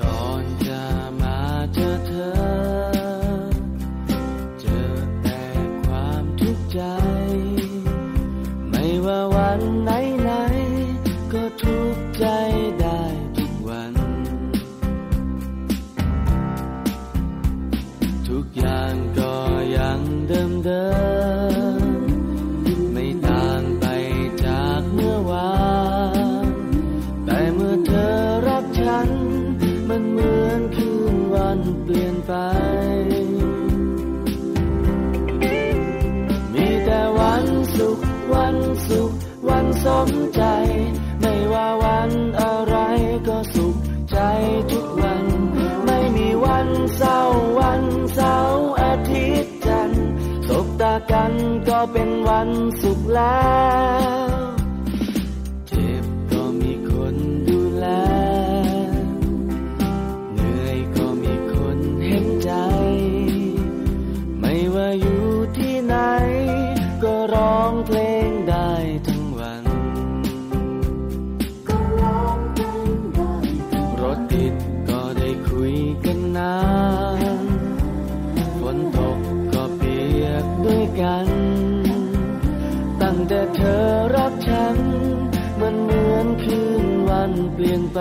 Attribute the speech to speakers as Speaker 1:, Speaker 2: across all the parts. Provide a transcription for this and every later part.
Speaker 1: ก่อนจะมาเจอเธอ เจอแต่ความทุกข์ใจ ไม่ว่าวันไหนไหนๆก็ทุกข์ใจได้ทุกวัน ทุกอย่างก็ยังเดิมเดิมๆไม่ต่างไปจากเมื่อวาน แต่เมื่อเธอรักฉัน มันเหมือนคืนวันเปลี่ยนไป มีแต่วันสุข วันสุข วันสมใจ ไม่ว่าวันอะไรก็สุขใจทุกวัน ไม่มีวันเศร้าวันเสาร์อาทิตย์จันทร์สบตากันก็เป็นวันสุขแล้ว เจ็บก็มีคนดูแล เหนื่อยก็มีคนเห็นใจ ไม่ว่าอยู่ที่ไหน ก็ร้องเพลงได้ทั้งวัน รถติดก็ได้คุยกันนาน ฝนตกก็เปียกด้วยกัน ตั้งแต่เธอรักฉัน มันเหมือนคืนวันเปลี่ยนไป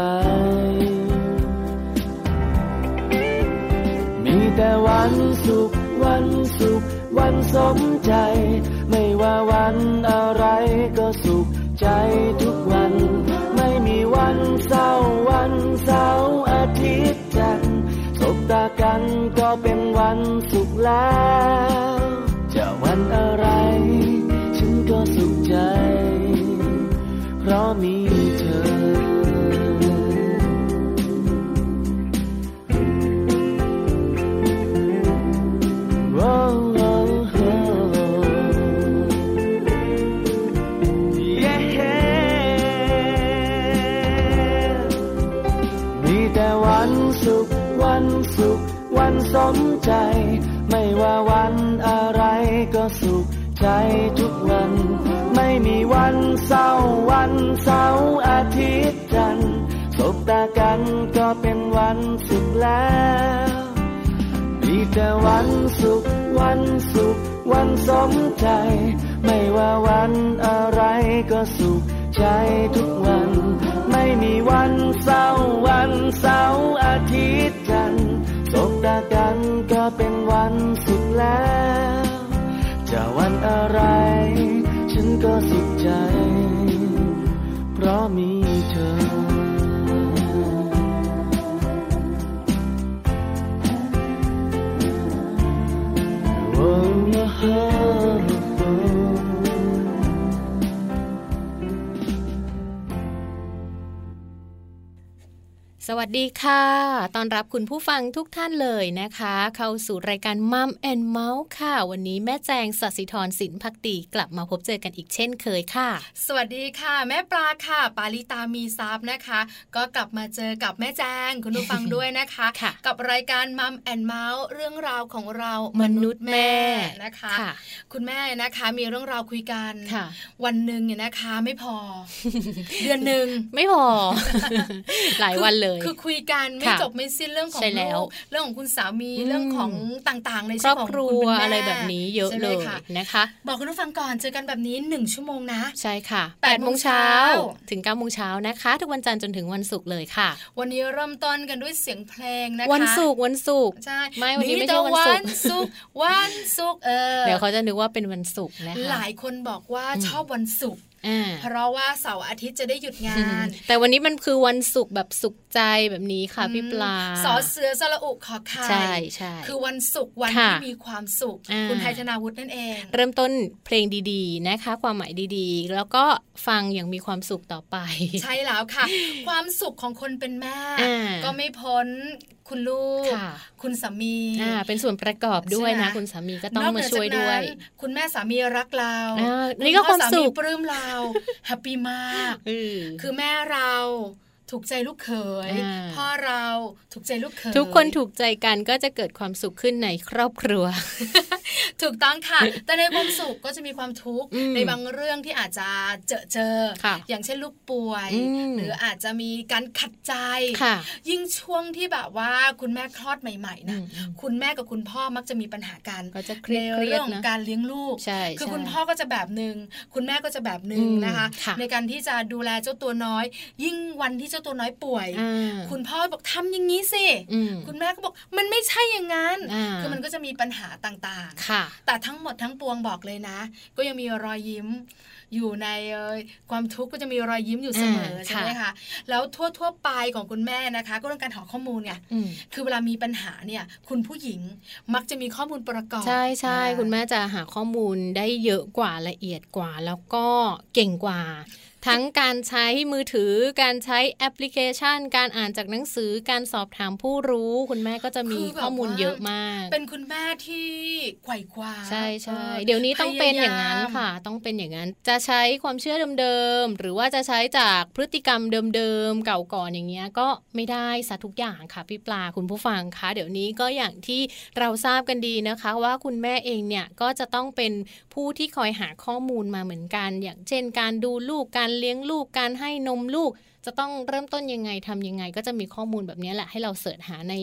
Speaker 1: มีแต่วันสุข วันสุข วันสมใจ ไม่ว่าวันอะไรก็สุขใจทุกวัน ไม่มีวันเศร้าวันเสาร์อาทิตย์จันทร์สบตากันก็เป็นวันสุขแล้ว จะวันอะไร ฉันก็สุขใจ เพราะมีเธอ มีแต่วันสุข วันสุข วันสมใจ ไม่ว่าวันอะไรก็สุขใจทุกวัน ไม่มีวันเศร้าวันเสาร์อาทิตย์จันทร์สบตากันก็เป็นวันสุขแล้ว มีแต่วันสุข วันสุข วันสมใจ ไม่ว่าวันอะไรก็สุขใจทุกวัน ไม่มีวันเศร้าวันเสาร์อาทิตย์จันทร์สบตากันก็เป็นวันสุขแล้ว จะวันอะไร ฉันก็สุขใจ เพราะมีเธอ
Speaker 2: สวัสดีค่ะต้อนรับคุณผู้ฟังทุกท่านเลยนะคะ เข้าสู่รายการมัมแอนเมาส์ค่ะ วันนี้แม่แจงสัสิธรสินพักดีกลับมาพบเจอกันอีกเช่นเคยค่ะ
Speaker 3: สวัสดีค่ะ แม่ปลาค่ะ ปาลิตามีซับนะคะ ก็กลับมาเจอกับแม่แจงคุณผู้ฟัง ด้วยนะคะ
Speaker 2: ค่ะ
Speaker 3: กับรายการมัมแอนเมาส์เรื่องราวของเรา
Speaker 2: ม
Speaker 3: ม
Speaker 2: นุษย์แม่
Speaker 3: นะคะ
Speaker 2: ค่ะ
Speaker 3: คุณแม่นะคะมีเรื่องราวคุยกัน
Speaker 2: ค่ะ
Speaker 3: วันหนึ่งเนี่ยนะคะไม่พอ เดือนหนึ่ง
Speaker 2: ไม่พอ หลายวันเลย
Speaker 3: คือคือคุยกันไม่
Speaker 2: ค่ะ
Speaker 3: จบไม่สิ้นเรื่องของ
Speaker 2: ใช่แล้ว
Speaker 3: กเรื่องของคุณสามีเรื่องของต่างๆใน
Speaker 2: คร
Speaker 3: ชีวิ
Speaker 2: อบ
Speaker 3: ตของ
Speaker 2: ครั
Speaker 3: คุณ
Speaker 2: ว
Speaker 3: เป็นแม่
Speaker 2: อะไรแบบนี้เยอะ
Speaker 3: ใช่ไห
Speaker 2: เล
Speaker 3: ม
Speaker 2: ย
Speaker 3: ค่ะ
Speaker 2: นะคะ
Speaker 3: บอกคุณผู้ฟังก่อนเจอกันแบบนี้หนึ่งชั่วโมงนะ
Speaker 2: ใช่ค่ะ
Speaker 3: แป
Speaker 2: 8
Speaker 3: ด
Speaker 2: โม
Speaker 3: โม
Speaker 2: ง
Speaker 3: ง
Speaker 2: เช้า
Speaker 3: เช้า
Speaker 2: ถึง9โมงเช้านะคะ ทุกวันจันทร์จนถึงวันศุกร์เลยค่ะ
Speaker 3: วันนี้เริ่มต้นกันด้วยเสียงเพลงนะคะ
Speaker 2: วันศุกร์วันศุกร์
Speaker 3: ใช่
Speaker 2: ไม่วันนี้ไม่ใช่
Speaker 3: แต่
Speaker 2: วันศุกร์
Speaker 3: ศุกร์ วันศุกร์ เออ
Speaker 2: เดี๋ยวเขาจะนึกว่าเป็นวันศุกร์นะคะ
Speaker 3: หลายคนบอกว่าชอบวันศุกร์
Speaker 2: อ่า
Speaker 3: เพราะว่าเสาร์อาทิตย์จะได้หยุดงาน
Speaker 2: แต่วันนี้มันคือวันศุกร์แบบสุขใจแบบนี้ค่ะพี่ปลา
Speaker 3: สอเสือสระอุขอไข่
Speaker 2: ใช่ใช่
Speaker 3: คือวันศุกร์วัน
Speaker 2: ค่ะ
Speaker 3: ที่มีความสุข
Speaker 2: อ่า
Speaker 3: คุณไทยธนาวุฒินั่นเอง
Speaker 2: เริ่มต้นเพลงดีๆนะคะ ความหมายดีๆ แล้วก็ฟังอย่างมีความสุขต่อไป
Speaker 3: ใช่แล้วค่ะ ความสุขของคนเป็นแม่
Speaker 2: อ่า
Speaker 3: ก็ไม่พ้นคุณลูก
Speaker 2: ค่ะ
Speaker 3: คุณสามี
Speaker 2: อ่าเป็นส่วนประกอบด้วยนะ
Speaker 3: ใช่ไหม
Speaker 2: คุณสามีก็ต้องมา
Speaker 3: เหนื
Speaker 2: ช่วยด้วย
Speaker 3: จากนั้นคุณแม่สามีรักเรา
Speaker 2: อ่านี่
Speaker 3: นี่
Speaker 2: ก็ความสุข
Speaker 3: ปลื้มเราแฮปปี้มาก
Speaker 2: เออ
Speaker 3: คือแม่เรา ถูกใจลูกเขย
Speaker 2: อ่า
Speaker 3: พ่อเราถูกใจลูกเขย
Speaker 2: ทุกคนถูกใจกันก็จะเกิดความสุขขึ้นในครอบครัว
Speaker 3: ถูกต้องค่ะ แต่ในความสุขก็จะมีความทุกข์
Speaker 2: อืม
Speaker 3: ในบางเรื่องที่อาจจะเจอเจอ
Speaker 2: ค่ะ
Speaker 3: อย่างเช่นลูกป่วย
Speaker 2: อืม
Speaker 3: หรืออาจจะมีการขัดใจ
Speaker 2: ค่ะ
Speaker 3: ยิ่งช่วงที่แบบว่าคุณแม่คลอดใหม่ๆนะ
Speaker 2: อืมอืม
Speaker 3: คุณแม่กับคุณพ่อมักจะมีปัญหากัน
Speaker 2: ก็จะเครียด
Speaker 3: ในเรื่องข
Speaker 2: ๆ
Speaker 3: อ
Speaker 2: นะ
Speaker 3: งการเลี้ยงลูก
Speaker 2: ใช่
Speaker 3: คือ
Speaker 2: ใช่
Speaker 3: คุณพ่อก็จะแบบหนึ่งคุณแม่ก็จะแบบหนึ่ง
Speaker 2: อืม
Speaker 3: นะคะ
Speaker 2: ค่ะ
Speaker 3: ในการที่จะดูแลเจ้าตัวน้อย ยิ่งวันที่เจ้าตัวน้อยป่วย
Speaker 2: อ่า
Speaker 3: คุณพ่อบอกทำอย่างนี้สิ
Speaker 2: อืม
Speaker 3: คุณแม่ก็บอกมันไม่ใช่อย่างนั้น
Speaker 2: อ่า
Speaker 3: คือมันก็จะมีปัญหาต่าง
Speaker 2: ค่ะ
Speaker 3: ๆ แต่ทั้งหมดทั้งปวงบอกเลยนะ ก็ยังมีรอยยิ้ม อยู่ในเอ่ยความทุกข์ก็จะมีรอยยิ้มอยู่เสมอ
Speaker 2: อ่า
Speaker 3: ใช่ไหมคะแล้วทั่วๆไปของคุณแม่นะคะ ก็เรื่องการหาข้อมูลไง
Speaker 2: อืม
Speaker 3: คือเวลามีปัญหาเนี่ย คุณผู้หญิงมักจะมีข้อมูลประกอบ
Speaker 2: ใช่ใช่
Speaker 3: อ่า
Speaker 2: คุณแม่จะหาข้อมูลได้เยอะกว่าละเอียดกว่า แล้วก็เก่งกว่า ทั้งการใช้มือถือ การใช้แอปพลิเคชัน การอ่านจากหนังสือการสอบถามผู้รู้ คุณแม่ก็จะมี
Speaker 3: คือแบบ
Speaker 2: ข้อมูล
Speaker 3: ว่า
Speaker 2: เยอะมาก
Speaker 3: เป็นคุณแม่ที่ไขว่คว้า
Speaker 2: ใช่ใช่
Speaker 3: ออ
Speaker 2: เดี๋ยวนี้ต้องเป็น
Speaker 3: พ
Speaker 2: อย่างนั้นค่ะ ต้องเป็นอย่างนั้น จะใช้ความเชื่อเดิมๆ หรือว่าจะใช้จากพฤติกรรมเดิมๆ เก่าก่อนอย่างเงี้ย ก็ไม่ได้ซะทุกอย่างค่ะพี่ปลาคุณผู้ฟังคะเดี๋ยวนี้ก็อย่างที่เราทราบกันดีนะคะ ว่าคุณแม่เองเนี่ยก็จะต้องเป็นผู้ที่คอยหาข้อมูลมาเหมือนกัน อย่างเช่น การดูลูกการเลี้ยงลูกการให้นมลูก จะต้องเริ่มต้นยังไงทำยังไง ก็จะมีข้อมูลแบบเนี้ยแหละให้เราเสิร์ชหาใน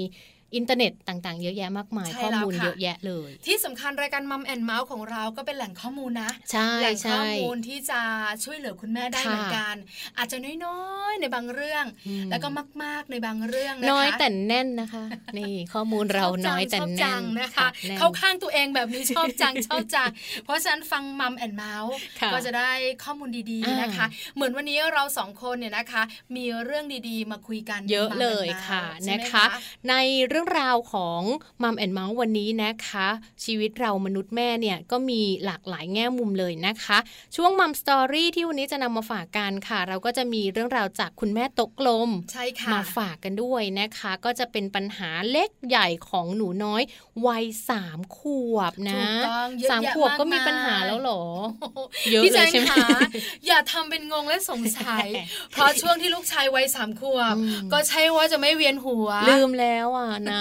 Speaker 2: อินเทอร์เน็ตต่างๆ เยอะแยะมากมาย ข้อมูลเยอะแยะเลย
Speaker 3: ที่สำคัญรายการมัมแอนเมาส์ของเราก็เป็นแหล่งข้อมูลนะ
Speaker 2: ใช่
Speaker 3: แหล่งข้
Speaker 2: ใช่
Speaker 3: อมูลที่จะช่วยเหลือคุณแม่ได้
Speaker 2: ค่ะ
Speaker 3: เหมือนกัน อาจจะน้อยๆในบางเรื่อง
Speaker 2: อืม
Speaker 3: แล้วก็มากๆในบางเรื่องนะคะ
Speaker 2: น้อยแต่แน่นนะคะ นี่ข้อมูลเรา
Speaker 3: ชบจัง
Speaker 2: น้อยแต่
Speaker 3: ชอบ
Speaker 2: แน่
Speaker 3: จั
Speaker 2: น
Speaker 3: งนะคะ
Speaker 2: ค่ะแน่น
Speaker 3: เข้าข้างตัวเองแบบนี้ชอบ จัง ชอบจัง เพราะฉะนั้นฟังมัมแอนเมาส์
Speaker 2: ค่ะ
Speaker 3: ก็จะได้ข้อมูลดีๆนะคะ
Speaker 2: อ่า
Speaker 3: เหมือนวันนี้เราสองคนเนี่ยนะคะ มีเรื่องดีๆ มาคุยกัน
Speaker 2: เยอะ
Speaker 3: ใน Mom and
Speaker 2: เลยค่ะ
Speaker 3: Mouse ใช่
Speaker 2: นะ
Speaker 3: ไหม
Speaker 2: คะ ในเรื่องราวของมัมแอนเมาส์วันนี้นะคะ ชีวิตเรามนุษย์แม่เนี่ยก็มีหลากหลายแง่มุมเลยนะคะ ช่วงมัมสตอรี่ที่วันนี้จะนำมาฝากกันค่ะ เราก็จะมีเรื่องราวจากคุณแม่ตกลม
Speaker 3: ใช่ค่ะ
Speaker 2: มาฝากกันด้วยนะคะ ก็จะเป็นปัญหาเล็กใหญ่ของหนูน้อยวัยสามขวบ
Speaker 3: ถู
Speaker 2: นะ
Speaker 3: กต้องเยอะ
Speaker 2: สาม
Speaker 3: แยะ
Speaker 2: ขวบก็
Speaker 3: มาก
Speaker 2: มี
Speaker 3: มาย
Speaker 2: ปัญหาแล้วเหรอ
Speaker 3: พี่
Speaker 2: เยอะเลย
Speaker 3: แจง
Speaker 2: ใช่ไหม
Speaker 3: ค่ะอย่าทำเป็นงงและสงสั ย เพราะช่วงที่ลูกชายวัยสามขวบ
Speaker 2: อืม
Speaker 3: ก็ใช่ว่าจะไม่เวียนหัว
Speaker 2: ลืมแล้วอ่ะนะ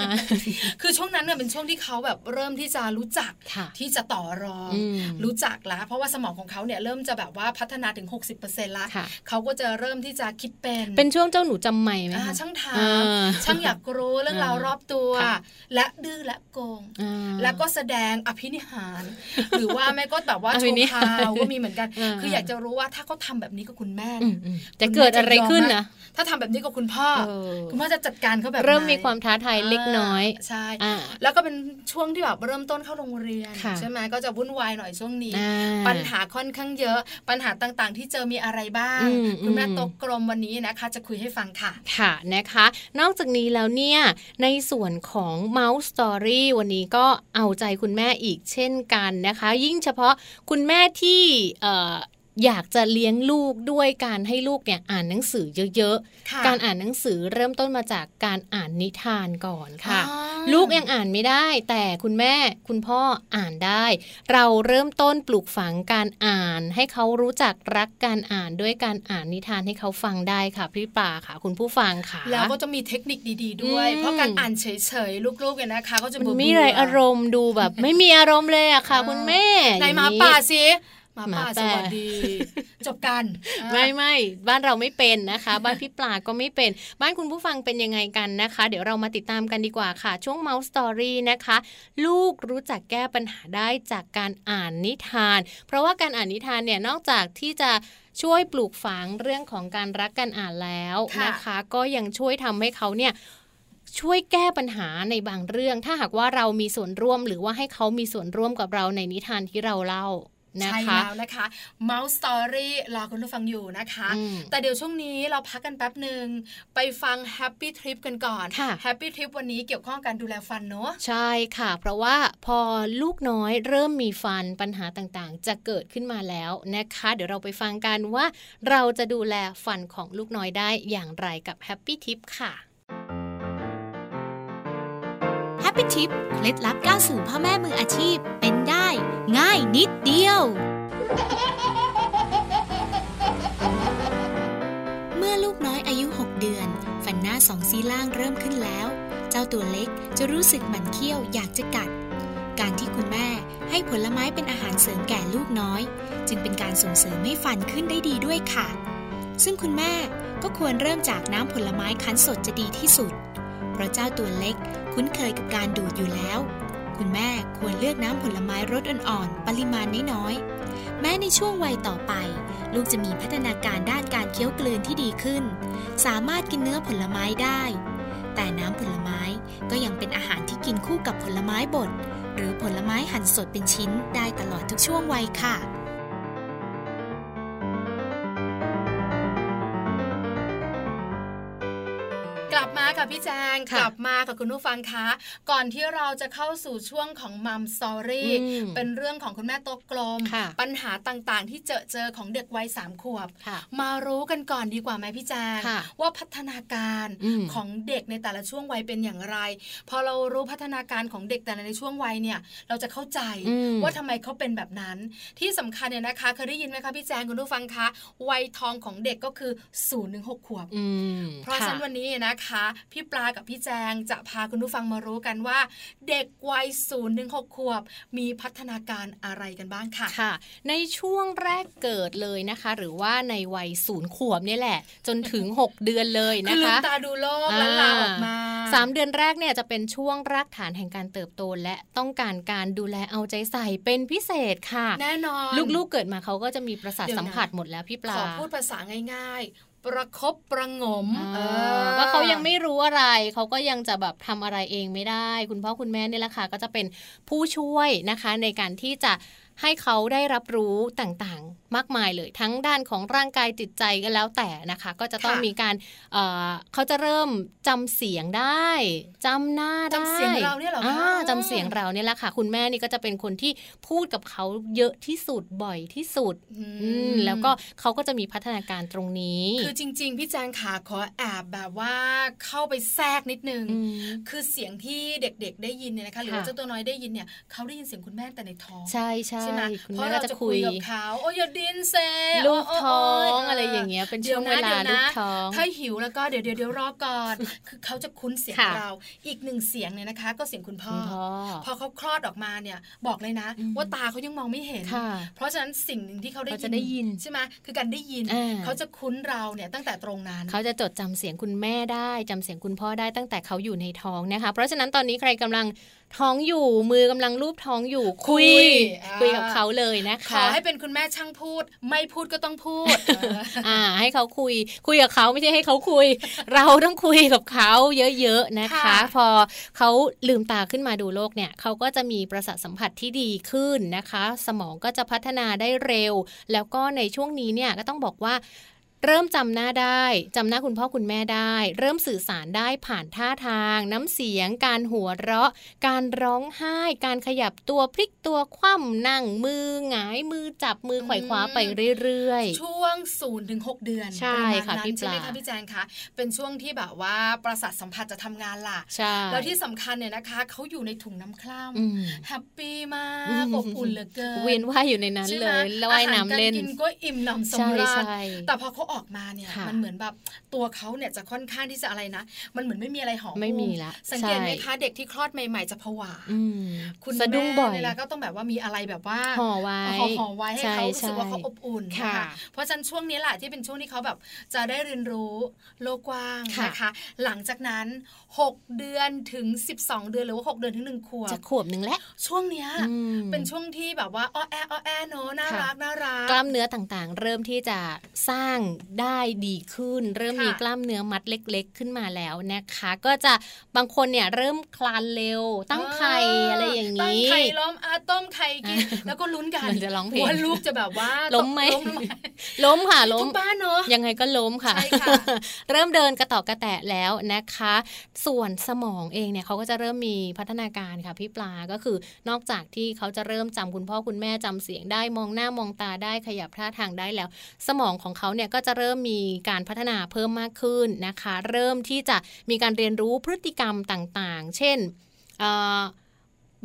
Speaker 3: คือช่วงนั้นเนี่ยเป็นช่วงที่เขาแบบเริ่มที่จะรู้จัก
Speaker 2: ค่ะ
Speaker 3: ที่จะต่อรอง
Speaker 2: อืม
Speaker 3: รู้จักละเพราะว่าสมองของเขาเนี่ยเริ่มจะแบบว่าพัฒนาถึง 60%ละ
Speaker 2: ค่ะ
Speaker 3: เขาก็จะเริ่มที่จะคิดเป็น
Speaker 2: เป็นช่วงเจ้าหนูจำใหม่ไหม
Speaker 3: อ่า
Speaker 2: คะ
Speaker 3: ช่างถา
Speaker 2: อ่
Speaker 3: มา ช่างอยากรู้เรื่องราวรอบตัว
Speaker 2: ค่ะ
Speaker 3: และดื้อและโกง
Speaker 2: อ่า
Speaker 3: แล้วก็แสดงอภินิหาร หรือว่าแม่ก็แบบว่า
Speaker 2: อ
Speaker 3: โช
Speaker 2: ภิ
Speaker 3: ว์
Speaker 2: นิหา
Speaker 3: พาร วก็มีเหมือนกัน
Speaker 2: อ่า
Speaker 3: คืออยากจะรู้ว่าถ้าเขาทำแบบนี้กับคุณแม่
Speaker 2: อื
Speaker 3: เนี่
Speaker 2: ม
Speaker 3: ย
Speaker 2: อืมจะเกิดอะไรขึ้นนะ
Speaker 3: ถ้าทำแบบนี้กับคุณพ่อ
Speaker 2: เออ
Speaker 3: คุณพ่อจะจัดการเขาแบบไหน
Speaker 2: เริ่มมีความท้าทายเล็กน้อย
Speaker 3: าใช่
Speaker 2: อ่า
Speaker 3: แล้วก็เป็นช่วงที่แบบเริ่มต้นเข้าโรงเรียน
Speaker 2: ค่ะ
Speaker 3: ใช่ไหมก็จะวุ่นวายหน่อยช่วงนี้
Speaker 2: อ่
Speaker 3: ปัญหาค่อนข้างเยอะ ปัญหาต่างๆ ที่เจอมีอะไรบ้าง
Speaker 2: อืม
Speaker 3: คุณแม่
Speaker 2: อืม
Speaker 3: ตกกลมวันนี้นะคะ จะคุยให้ฟังค่ะ
Speaker 2: ค่ะนะคะ นอกจากนี้แล้วเนี่ย ในส่วนของ Mouse Story วันนี้ก็เอาใจคุณแม่อีกเช่นกันนะคะ ยิ่งเฉพาะคุณแม่ที่เอ่ออยากจะเลี้ยงลูกด้วยการให้ลูกเนี่ยอ่านหนังสือเยอะ
Speaker 3: ค่ะ
Speaker 2: ๆ การอ่านหนังสือเริ่มต้นมาจากการอ่านนิทานก่อนค่ะ
Speaker 3: อ๋อ
Speaker 2: ลูกยังอ่านไม่ได้ แต่คุณแม่คุณพ่ออ่านได้ เราเริ่มต้นปลูกฝังการอ่าน ให้เขารู้จักรักการอ่านด้วยการอ่านนิทานให้เขาฟังได้ค่ะพี่ป่าค่ะ คุณผู้ฟังค่ะ
Speaker 3: แล้วก็จะมีเทคนิคดีๆด้วย
Speaker 2: อืม
Speaker 3: เพราะการอ่านเฉยๆ ลูกๆเนี่ยนะคะ ก็จะ
Speaker 2: มัน
Speaker 3: เบื่อๆ
Speaker 2: ไม่ไรอารมณ์ดูแบบ ไม่มีอารมณ์เลยอะค่ะ
Speaker 3: เออ
Speaker 2: คุณแม่
Speaker 3: ไหนหมา
Speaker 2: อย่ง
Speaker 3: ป่าสิหมา
Speaker 2: หมา
Speaker 3: ป่า
Speaker 2: ป่า
Speaker 3: สวัสดี จบกันอ่ะ
Speaker 2: ไม่ไม่บ้านเราไม่เป็นนะคะ บ้านพี่ปลาก็ไม่เป็น บ้านคุณผู้ฟังเป็นยังไงกันนะคะ เดี๋ยวเรามาติดตามกันดีกว่าค่ะ ช่วง Mouse Story นะคะ ลูกรู้จักแก้ปัญหาได้จากการอ่านนิทาน เพราะว่าการอ่านนิทานเนี่ยนอกจากที่จะช่วยปลูกฝังเรื่องของการรักการอ่านแล้ว
Speaker 3: ค่ะ
Speaker 2: นะคะ ก็ยังช่วยทำให้เขาเนี่ยช่วยแก้ปัญหาในบางเรื่อง ถ้าหากว่าเรามีส่วนร่วม หรือว่าให้เขามีส่วนร่วมกับเราในนิทานที่เราเล่านะ
Speaker 3: ใช่
Speaker 2: คะ
Speaker 3: แล้วนะคะ Mouse Story รอคุณผู้ฟังอยู่นะคะ
Speaker 2: อืม
Speaker 3: แต่เดี๋ยวช่วงนี้เราพักกันแป๊บหนึ่ง ไปฟัง Happy Trip กันก่อน
Speaker 2: ค่ะ
Speaker 3: Happy Trip วันนี้เกี่ยวข้องกับการดูแลฟันเนอะ
Speaker 2: ใช่ค่ะ เพราะว่าพอลูกน้อยเริ่มมีฟันปัญหาต่างๆ จะเกิดขึ้นมาแล้วนะคะ เดี๋ยวเราไปฟังกันว่าเราจะดูแลฟันของลูกน้อยได้อย่างไรกับแฮปปี้ทิปค่ะ
Speaker 4: h a p p y t i p เคล็ดลับก้าวสู่พ่อแม่มืออาชีพเป็นได้ ง่ายนิดเดียว เมื่อลูก กน้อยอายุ 6 เดือน ฟันหน้าสองซี่ล่างเริ่มขึ้นแล้ว เจ้าตัวเล็กจะรู้สึกหมันเขี้ยวอยากจะกัด การที่คุณแม่ให้ผลไม้เป็นอาหารเสริมแก่ลูกน้อย จึงเป็นการส่งเสริมให้ฟันขึ้นได้ดีด้วยค่ะ ซึ่งคุณแม่ก็ควรเริ่มจากน้ำผลไม้คั้นสดจะดีที่สุด เพราะเจ้าตัวเล็กคุ้นเคยกับการดูดอยู่แล้ว คุณแม่ควรเลือกน้ำผลไม้รสอ่อนๆ ปริมาณน้อยๆ แม้ในช่วงวัยต่อไป ลูกจะมีพัฒนาการด้านการเคี้ยวกลืนที่ดีขึ้น สามารถกินเนื้อผลไม้ได้ แต่น้ำผลไม้ก็ยังเป็นอาหารที่กินคู่กับผลไม้บด หรือผลไม้หั่นสดเป็นชิ้นได้ตลอดทุกช่วงวัยค่ะ
Speaker 3: กลับมาค่ะพี่แจง
Speaker 2: ค่ะ
Speaker 3: กลับมาค่ะคุณผู้ฟังคะก่อนที่เราจะเข้าสู่ช่วงของมัมสอรี่
Speaker 2: อืม
Speaker 3: เป็นเรื่องของคุณแม่โต๊ะกลม
Speaker 2: ค่ะ
Speaker 3: ปัญหาต่างๆ ที่เจอเจอของเด็กวัยสามขวบ
Speaker 2: ค่ะ
Speaker 3: มารู้กันก่อนดีกว่าไหมพี่แจง
Speaker 2: ค่ะ
Speaker 3: ว่าพัฒนาการ
Speaker 2: อืม
Speaker 3: ของเด็กในแต่ละช่วงวัยเป็นอย่างไร พอเรารู้พัฒนาการของเด็กแต่ละในช่วงวัยเนี่ย เราจะเข้าใจ
Speaker 2: อืม
Speaker 3: ว่าทำไมเขาเป็นแบบนั้น ที่สำคัญเนี่ยนะคะเคยได้ยินไหมคะพี่แจงคุณผู้ฟังคะวัยทองของเด็กก็คือ0ูนย์ถึงหกขวบ
Speaker 2: อืม
Speaker 3: เพราะฉะนั้น
Speaker 2: ค่
Speaker 3: วันนี้นะคะ พี่ปลากับพี่แจงจะพาคุณผู้ฟังมารู้กันว่า เด็กวัย0ูนย์ถึงหกขวบ มีพัฒนาการอะไรกันบ้างค่ะ
Speaker 2: ค่ะในช่วงแรกเกิดเลยนะคะ หรือว่าในวัยศูนย์ขวบเนี่ยแหละ จน ถึง 6 เดือนเลย
Speaker 3: คื
Speaker 2: นะ
Speaker 3: อลืม
Speaker 2: คะ
Speaker 3: ตาดูโลกแล้วลา
Speaker 2: อ่า
Speaker 3: ออกมา
Speaker 2: สามเดือนแรกเนี่ยจะเป็นช่วงรากฐานแห่งการเติบโต และต้องการการดูแลเอาใจใส่เป็นพิเศษค่ะ
Speaker 3: แน่นอน
Speaker 2: ลูกๆเกิดมาเขาก็จะมีประสาท
Speaker 3: เดี๋ยวนะ
Speaker 2: สัมผัสหมดแล้วพี่ปลา
Speaker 3: ขอพูดภาษาง่ายๆ ประคบประหงมเอ
Speaker 2: อ่
Speaker 3: อ
Speaker 2: าว่าเขายังไม่รู้อะไร เขาก็ยังจะแบบทำอะไรเองไม่ได้ คุณพ่อคุณแม่เนี่ยแหละค่ะก็จะเป็นผู้ช่วยนะคะ ในการที่จะให้เขาได้รับรู้ต่างๆ มากมายเลย ทั้งด้านของร่างกายจิตใจก็แล้วแต่นะคะ ก็จะต้อง
Speaker 3: ค่ะ
Speaker 2: มีการเอ่อเขาจะเริ่มจำเสียงได้จำหน้าได้
Speaker 3: จำเสียงเราเนี่ยเหรอคะ
Speaker 2: อ่าจำเสียงเราเนี่ยแหละค่ะ คุณแม่นี่ก็จะเป็นคนที่พูดกับเขาเยอะที่สุดบ่อยที่สุด
Speaker 3: อืม
Speaker 2: อืมแล้วก็เขาก็จะมีพัฒนาการตรงนี้
Speaker 3: คือจริง ๆ พี่แจงขาขอแอบแบบว่าเข้าไปแทรกนิดนึง
Speaker 2: อืม
Speaker 3: คือเสียงที่เด็กๆ ได้ยินเนี่ยนะคะหรือว่า
Speaker 2: ค่ะ
Speaker 3: เจ้าตัวน้อยได้ยินเนี่ยเขาได้ยินเสียงคุณแม่แต่ในท้อง
Speaker 2: ใช่ใช่
Speaker 3: ไหม
Speaker 2: คุณ
Speaker 3: เพ
Speaker 2: แม่
Speaker 3: ราะ
Speaker 2: ก็
Speaker 3: เรา
Speaker 2: จะ
Speaker 3: จะ
Speaker 2: คุ
Speaker 3: คุ
Speaker 2: ย
Speaker 3: ยกับเขาโอ้ยอย่าดินเซ
Speaker 2: ลูกท้อง
Speaker 3: โย
Speaker 2: อะไรอย่างเงี้ยเป็นช่วงเวลา
Speaker 3: ดี๋ย
Speaker 2: ลู
Speaker 3: นะดี๋
Speaker 2: ก
Speaker 3: ยนะ
Speaker 2: ท้อง
Speaker 3: ถ้าหิวแล้วก็เดี๋ยวเดี๋ยวเดี๋ยวรอก่อน คือเขาจะคุ้นเสียง
Speaker 2: ค่ะ
Speaker 3: เราอีกหนึ่งเสียงเนี่ยนะคะ ก็เสียงคุณพ่อ
Speaker 2: คุณพ่อ
Speaker 3: พอเขาคลอดออกมาเนี่ยบอกเลยนะ
Speaker 2: อืม
Speaker 3: ว่าตาเขายังมองไม่เห็น
Speaker 2: ค่ะ
Speaker 3: เพราะฉะนั้นสิ่งหนึ่งที่เขาได้
Speaker 2: เขาจะได้ยิน
Speaker 3: ใช่ไหมคือการได้ยิน
Speaker 2: อ่า
Speaker 3: เขาจะคุ้นเราเนี่ยตั้งแต่ตรงนั้น
Speaker 2: เขาจะจดจำเสียงคุณแม่ได้จำเสียงคุณพ่อได้ตั้งแต่เขาอยู่ในท้องนะคะ เพราะฉะนั้นตอนนี้ใครกำลังท้องอยู่มือกำลังลูบท้องอยู่
Speaker 3: คุ
Speaker 2: คุ
Speaker 3: ย
Speaker 2: ย
Speaker 3: อ่า
Speaker 2: คุยกับเขาเลยนะ
Speaker 3: ขอ
Speaker 2: คะ
Speaker 3: ให้เป็นคุณแม่ช่างพูด ไม่พูดก็ต้องพูด
Speaker 2: อ่าให้เขาคุย คุยกับเขาไม่ใช่ให้เขาคุย เราต้องคุยกับเขาเยอะๆนะคะ
Speaker 3: ค่ะ
Speaker 2: พอเขาลืมตาขึ้นมาดูโลกเนี่ยเขาก็จะมีประสาทสัมผัสที่ดีขึ้นนะคะ สมองก็จะพัฒนาได้เร็ว แล้วก็ในช่วงนี้เนี่ยก็ต้องบอกว่า เริ่มจำหน้าได้จำหน้าคุณพ่อคุณแม่ได้ เริ่มสื่อสารได้ผ่านท่าทาง น้ำเสียง การหัวเราะ การร้องไห้ การขยับตัวพลิกตัวคว่ำนั่งมือหงายมือจับมือไขว่คว้าไปเรื่อยๆ
Speaker 3: ช่วง0ูนถึงหเดือน
Speaker 2: ใช่
Speaker 3: ปรมาณ
Speaker 2: ค่ะ
Speaker 3: นั้น
Speaker 2: พี่ปลา
Speaker 3: ใช่ไหมคะพี่แจงคะเป็นช่วงที่แบบว่าประสาทสัมผัสจะทำงานล่ะ
Speaker 2: ใช่
Speaker 3: แล้วที่สำคัญเนี่ยนะคะเขาอยู่ในถุงน้ำคร่
Speaker 2: อืม
Speaker 3: ำแฮปปี้มาก
Speaker 2: อืม
Speaker 3: อบอุ่นเหลือเกิน
Speaker 2: เวียนว่ายอยู่ในนั้น
Speaker 3: ใช่ไห
Speaker 2: เล
Speaker 3: ม
Speaker 2: ยแล้วว่ายน้ำเล่น
Speaker 3: อาหารการกินก็อิ่มหนำ
Speaker 2: ใช่
Speaker 3: สำราญ
Speaker 2: ใช่
Speaker 3: แต่พอเขาออกมาเนี่ย
Speaker 2: ค่ะ
Speaker 3: มันเหมือนแบบตัวเขาเนี่ยจะค่อนข้างที่จะอะไรนะ มันเหมือนไม่มีอะไรหอม
Speaker 2: ไม่มีละ
Speaker 3: สังเกตไหม
Speaker 2: ใช่
Speaker 3: คะเด็กที่คลอดใหม่ ๆ จะผวา
Speaker 2: อืม
Speaker 3: คุณ
Speaker 2: สะดุ้ง
Speaker 3: แม่
Speaker 2: บ่อย
Speaker 3: เนี่ยนะก็ต้องแบบว่ามีอะไรแบบว่า
Speaker 2: ห่อไว้
Speaker 3: ห่อห่อไว้ให้เขารู้สึกว่า
Speaker 2: ใช่
Speaker 3: เขาอบอุ่นน
Speaker 2: ค่ะ
Speaker 3: เพราะฉะนั้นช่วงนี้แหละที่เป็นช่วงที่เขาแบบจะได้เรียนรู้โลกกว้าง
Speaker 2: ค่ะ
Speaker 3: นะคะ หลังจากนั้น 6 เดือนถึง 12 เดือนหรือว่า 6 เดือนถึง 1 ขว
Speaker 2: จะ
Speaker 3: บ
Speaker 2: ขวบหนึ่งแล้ว
Speaker 3: ช่วงเนี้ย
Speaker 2: อืม
Speaker 3: เป็นช่วงที่แบบว่าอ้อแอ้ออแอเนอะน่า
Speaker 2: ค่ะ
Speaker 3: รักน่ารัก
Speaker 2: กล้ามเนื้อต่างๆ เริ่มที่จะสร้างได้ดีขึ้น เริ่มมี
Speaker 3: ค่ะ
Speaker 2: กล้ามเนื้อมัดเล็ก ๆ ขึ้นมาแล้วนะคะ ก็จะบางคนเนี่ยเริ่มคลานเร็ว ตั้งไข่
Speaker 3: า
Speaker 2: อะไรอย่าง
Speaker 3: ตั้ง
Speaker 2: นี้
Speaker 3: ไข่ล้อมอาต้มไข่กิน
Speaker 2: อ่า
Speaker 3: แล้วก็ลุ้นกัน
Speaker 2: มันจะร้องเพลง
Speaker 3: ว่าลูกจะแบบว่า
Speaker 2: ล้มไหม
Speaker 3: ห
Speaker 2: ล้มค่ะล้
Speaker 3: ทุ
Speaker 2: ม
Speaker 3: กบ้านเนอะ
Speaker 2: ยังไงก็ล้มค่ะ
Speaker 3: ใช่ค่ะ
Speaker 2: เริ่มเดินกระต่อกระแตะแล้วนะคะ ส่วนสมองเองเนี่ยเขาก็จะเริ่มมีพัฒนาการค่ะพี่ปลา ก็คือนอกจากที่เขาจะเริ่มจำคุณพ่อคุณแม่จำเสียงได้มองหน้ามองตาได้ขยับท่าทางได้แล้ว สมองของเขาเนี่ยก็จะเริ่มมีการพัฒนาเพิ่มมากขึ้นนะคะ เริ่มที่จะมีการเรียนรู้พฤติกรรมต่างๆ เช่นเอ่อ